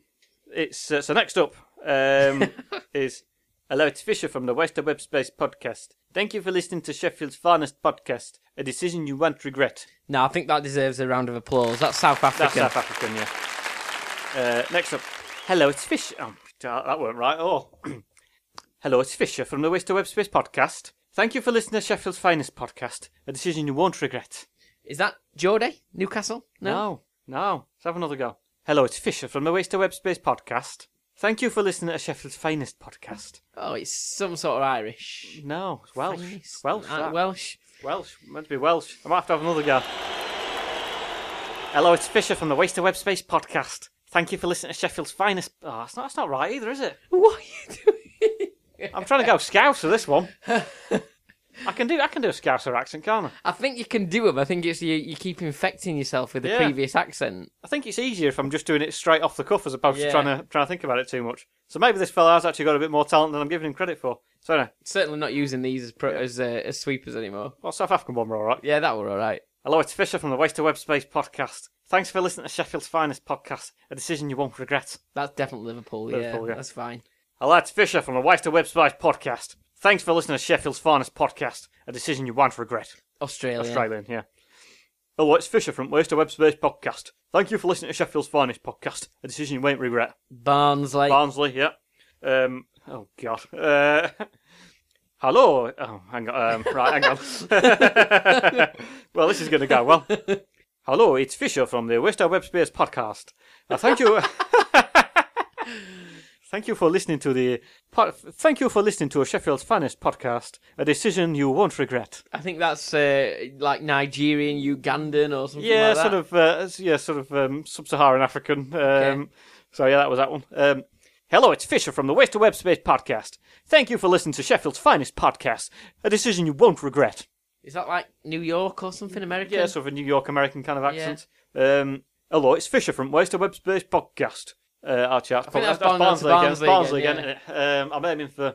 Speaker 2: it's uh, so next up um, is Alert Fisher from the Western Web Space podcast. Thank you for listening to Sheffield's finest podcast. A decision you won't regret.
Speaker 1: No, I think that deserves a round of applause. That's South
Speaker 2: That's
Speaker 1: Africa.
Speaker 2: South African, yeah. Uh, next up, hello, it's Fish. Oh, that that weren't right. Oh, hello, it's Fisher from the Waste to Web Space podcast. Thank you for listening to Sheffield's finest podcast. A decision you won't regret.
Speaker 1: Is that Jody Newcastle? No.
Speaker 2: no. no. Let's have another go. Hello, it's Fisher from the Waste to Web Space podcast. Thank you for listening to Sheffield's finest podcast.
Speaker 1: Oh, it's some sort of Irish.
Speaker 2: No, it's Welsh.
Speaker 1: Finest.
Speaker 2: Welsh.
Speaker 1: Uh,
Speaker 2: that.
Speaker 1: Welsh.
Speaker 2: Welsh. Meant to be Welsh. I might have to have another go. Hello, it's Fisher from the Waste to Web Space podcast. Thank you for listening to Sheffield's finest. Oh, it's not, it's not right either, is it?
Speaker 1: What are you doing?
Speaker 2: I'm trying to go Scouser this one. I can do I can do a Scouser accent, can't I?
Speaker 1: I think you can do them. I think it's you. You keep infecting yourself with the
Speaker 2: Yeah.
Speaker 1: previous accent.
Speaker 2: I think it's easier if I'm just doing it straight off the cuff as opposed
Speaker 1: Yeah.
Speaker 2: to trying to trying to think about it too much. So maybe this fella has actually got a bit more talent than I'm giving him credit for. So anyway,
Speaker 1: Certainly not using these as pro- as, uh, as sweepers anymore.
Speaker 2: well, South African one, we're all right.
Speaker 1: Yeah, that were all right.
Speaker 2: Hello, it's Fisher from the Waste to Web Space podcast. Thanks for listening to Sheffield's finest podcast, a decision you won't regret.
Speaker 1: That's definitely Liverpool.
Speaker 2: Liverpool,
Speaker 1: yeah,
Speaker 2: yeah.
Speaker 1: that's fine.
Speaker 2: Hello, it's Fisher from the Waste to Web Space podcast. Thanks for listening to Sheffield's finest podcast, a decision you won't regret.
Speaker 1: Australia.
Speaker 2: Australian, yeah. Hello, it's Fisher from Waste to Web Space podcast. Thank you for listening to Sheffield's finest podcast, a decision you won't regret.
Speaker 1: Barnsley.
Speaker 2: Barnsley, yeah. Um, oh God. Uh, hello. Oh, hang on. Um, right, hang on. well, this is going to go well. Hello, it's Fisher from the West Web Space podcast. Uh, thank you. thank you for listening to the. Po- thank you for listening to Sheffield's finest podcast. A decision you won't regret.
Speaker 1: I think that's uh, like Nigerian, Ugandan, or something.
Speaker 2: yeah,
Speaker 1: like that.
Speaker 2: sort of. Uh, it's- yeah, sort of um, sub-Saharan African. Um, So yeah, that was that one. Um, Hello, it's Fisher from the Waste to Web Space podcast. Thank you for listening to Sheffield's finest podcast. A decision you won't regret.
Speaker 1: Is that like New York or something American?
Speaker 2: Yeah, sort of a New York American kind of accent. Um, hello, it's Fisher from Waste to Web Space podcast. Uh, actually, that's, probably,
Speaker 1: that's
Speaker 2: that's,
Speaker 1: Barn- that's
Speaker 2: Barnsley, again. That's
Speaker 1: Barnsley
Speaker 2: Barnsley
Speaker 1: again,
Speaker 2: again. isn't it? Um, I'm aiming for.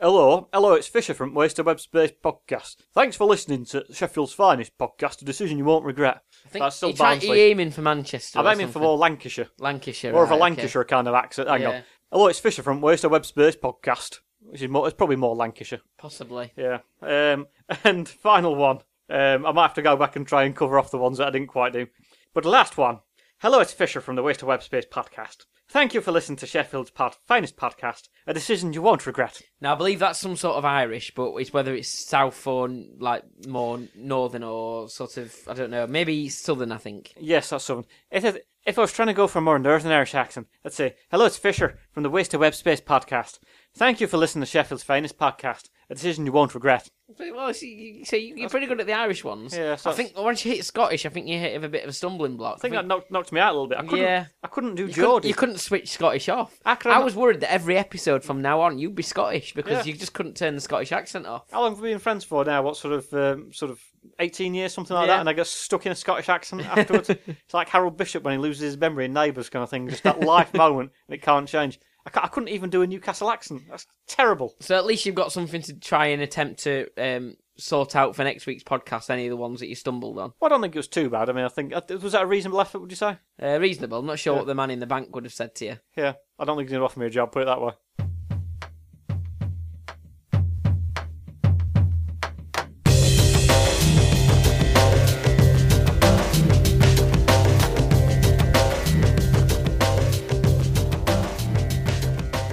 Speaker 2: Hello, hello, it's Fisher from Waste to Web Space podcast. Thanks for listening to Sheffield's finest podcast. A decision you won't regret.
Speaker 1: I think
Speaker 2: that's still
Speaker 1: he tried-
Speaker 2: Barnsley.
Speaker 1: he aiming for Manchester.
Speaker 2: I'm
Speaker 1: or
Speaker 2: aiming for
Speaker 1: something.
Speaker 2: more Lancashire.
Speaker 1: Lancashire.
Speaker 2: More of a
Speaker 1: right, okay.
Speaker 2: Lancashire kind of accent. Hang
Speaker 1: Yeah.
Speaker 2: on. Hello, it's Fisher from Waste to Web Space podcast, which is more, it's probably more Lancashire.
Speaker 1: possibly.
Speaker 2: Yeah. Um, and final one. Um, I might have to go back and try and cover off the ones that I didn't quite do. But the last one. Hello, it's Fisher from the Waste to Web Space podcast. Thank you for listening to Sheffield's pod- finest podcast, a decision you won't regret.
Speaker 1: Now I believe that's some sort of Irish, but it's whether it's south or like more northern or sort of I don't know, maybe southern. I think.
Speaker 2: Yes, that's something. If, it, if I was trying to go for a more Northern Irish accent, I'd say, Hello, it's Fisher from the Waste to Web Space podcast. Thank you for listening to Sheffield's finest podcast, a decision you won't regret.
Speaker 1: Well, so you- so you- you're pretty good at the Irish ones.
Speaker 2: Yeah, so
Speaker 1: I think once you hit Scottish, I think you hit a bit of a stumbling block.
Speaker 2: I think that knocked, knocked me out a little bit. I couldn't,
Speaker 1: Yeah.
Speaker 2: I couldn't do
Speaker 1: you couldn't,
Speaker 2: Geordie.
Speaker 1: you couldn't switch Scottish off.
Speaker 2: I could-
Speaker 1: I was worried that every episode from now on you'd be Scottish because
Speaker 2: Yeah.
Speaker 1: you just couldn't turn the Scottish accent off.
Speaker 2: How long have we been friends for now? What sort of um, sort of eighteen years, something like
Speaker 1: Yeah.
Speaker 2: that? And I get stuck in a Scottish accent afterwards. it's like Harold Bishop when he loses his memory in Neighbours, kind of thing. Just that life moment, and it can't change. I, ca- I couldn't even do a Newcastle accent. That's terrible.
Speaker 1: So at least you've got something to try and attempt to um, sort out for next week's podcast. Any of the ones that you stumbled on,
Speaker 2: Well, I don't think it was too bad. I mean, I think uh, was that a reasonable effort? Would you say?
Speaker 1: uh, reasonable. I'm not sure what the man in the bank would have said to you.
Speaker 2: Yeah, I don't think he's going to offer me a job. Put it that way.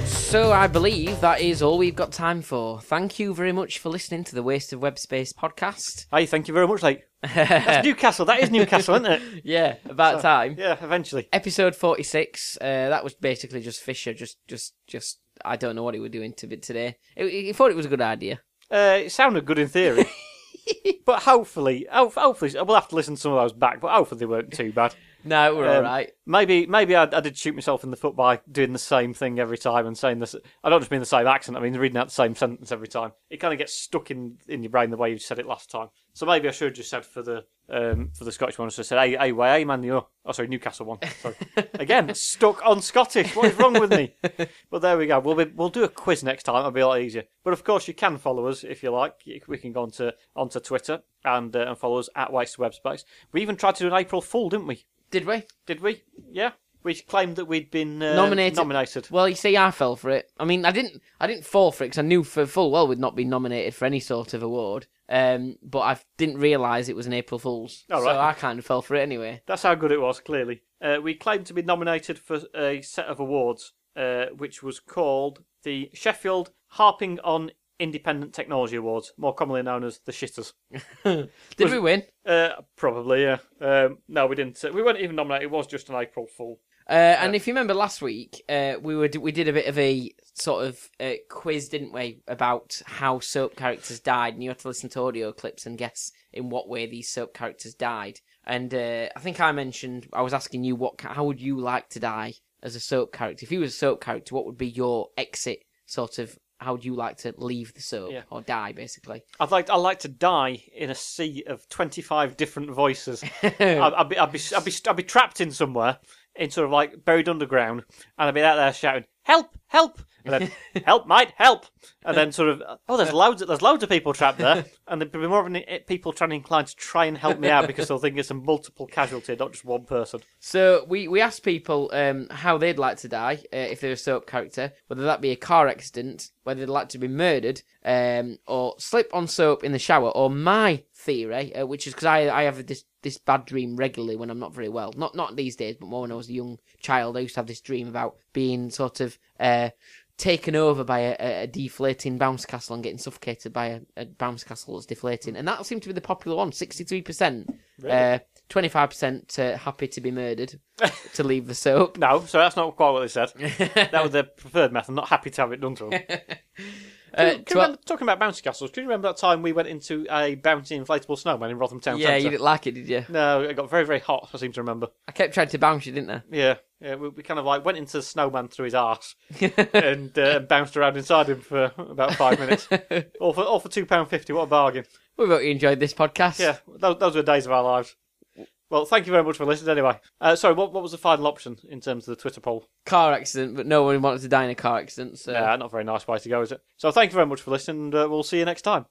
Speaker 1: So I believe that is all we've got time for. Thank you very much for listening to the Waste of Web Space podcast.
Speaker 2: Hey, thank you very much. Like that's Newcastle. That is Newcastle, isn't it?
Speaker 1: Yeah, about time.
Speaker 2: Yeah, eventually.
Speaker 1: Episode forty six. Uh, that was basically just Fisher. Just, just, just. I don't know what he was doing to it today. He he thought it was a good idea.
Speaker 2: Uh, it sounded good in theory. But hopefully, ho- hopefully, we'll have to listen to some of those back. But hopefully, they weren't too bad.
Speaker 1: No, we're
Speaker 2: Um,
Speaker 1: all right.
Speaker 2: Maybe maybe I, I did shoot myself in the foot by doing the same thing every time and saying this. I don't just mean the same accent. I mean reading out the same sentence every time. It kind of gets stuck in in your brain the way you said it last time. So maybe I should have just said for the um, for the Scottish one, I should have said hey hey way hey man you oh sorry Newcastle one. Sorry. Again stuck on Scottish. What is wrong with me? But there we go. We'll be, we'll do a quiz next time. It'll be a lot easier. But of course you can follow us if you like. You- We can go onto onto Twitter and uh, and follow us at Waste Web Space. We even tried to do an April Fool, didn't we?
Speaker 1: Did we?
Speaker 2: Did we? Yeah. We claimed that we'd been uh,
Speaker 1: Nominated.
Speaker 2: Nominated.
Speaker 1: Well, you see, I fell for it. I mean, I didn't. I didn't fall for it because I knew for full well we'd not be nominated for any sort of award. Um, but I didn't realise it was an April Fool's.
Speaker 2: All
Speaker 1: So
Speaker 2: Oh, right.
Speaker 1: I kind of fell for it anyway.
Speaker 2: That's how good it was. Clearly, uh, we claimed to be nominated for a set of awards, uh, which was called the Sheffield Harping on Independent Technology Awards, more commonly known as the Shitters.
Speaker 1: Did
Speaker 2: Was-
Speaker 1: we win?
Speaker 2: Uh, probably, yeah. Um, no, we didn't. We weren't even nominated. It was just an April Fool.
Speaker 1: Uh, and if you remember last week, uh, we were we did a bit of a sort of uh, quiz, didn't we, about how soap characters died, and you had to listen to audio clips and guess in what way these soap characters died. And uh, I think I mentioned I was asking you what ca- how would you like to die as a soap character? If you was a soap character, what would be your exit? Sort of how would you like to leave the soap
Speaker 2: Yeah.
Speaker 1: or die, basically?
Speaker 2: I'd like. I'd like to die in a sea of twenty-five different voices. I'd, I'd, be, I'd be, I'd be, I'd be trapped in somewhere, in sort of like buried underground, and I'd be out there shouting, "Help! Help!" and then, "Help, mate! Help!" and then sort of, oh, there's loads, of, there's loads of people trapped there, and there'd be more of an, it- people trying inclined to try and help me out because they'll think it's a multiple casualty, not just one person.
Speaker 1: So we, we asked people um, how they'd like to die uh, if they're a soap character, whether that be a car accident, whether they'd like to be murdered, um, or slip on soap in the shower, or my theory, uh, which is because I, I have this this bad dream regularly when I'm not very well. Not not these days, but more when I was a young child. I used to have this dream about being sort of uh, taken over by a- a, a deflating bounce castle and getting suffocated by a, a bounce castle that's deflating. And that seemed to be the popular one, 63%. Uh, 25% uh, happy to be murdered to leave the soap.
Speaker 2: No, so that's not quite what they said. that was their preferred method. Not happy to have it done to them.
Speaker 1: Uh,
Speaker 2: Can you
Speaker 1: twe-
Speaker 2: remember- talking about bouncy castles, do you remember that time we went into a bouncy inflatable snowman in Rotherham Town
Speaker 1: yeah, you
Speaker 2: Centre?
Speaker 1: didn't like it, did you?
Speaker 2: No, it got very, very hot. I seem to remember.
Speaker 1: I kept trying to bounce you, didn't I?
Speaker 2: Yeah, yeah we, we kind of like went into the snowman through his arse and uh, bounced around inside him for about five minutes. all for all for two pound fifty. What a bargain!
Speaker 1: We hope you enjoyed this podcast.
Speaker 2: Yeah, those, those were days of our lives. Well, thank you very much for listening. Anyway, uh, sorry, what what was the final option in terms of the Twitter poll?
Speaker 1: Car accident, but no one wanted to die in a car accident, so.
Speaker 2: Yeah, not a very nice way to go, is it? So, thank you very much for listening, and uh, we'll see you next time.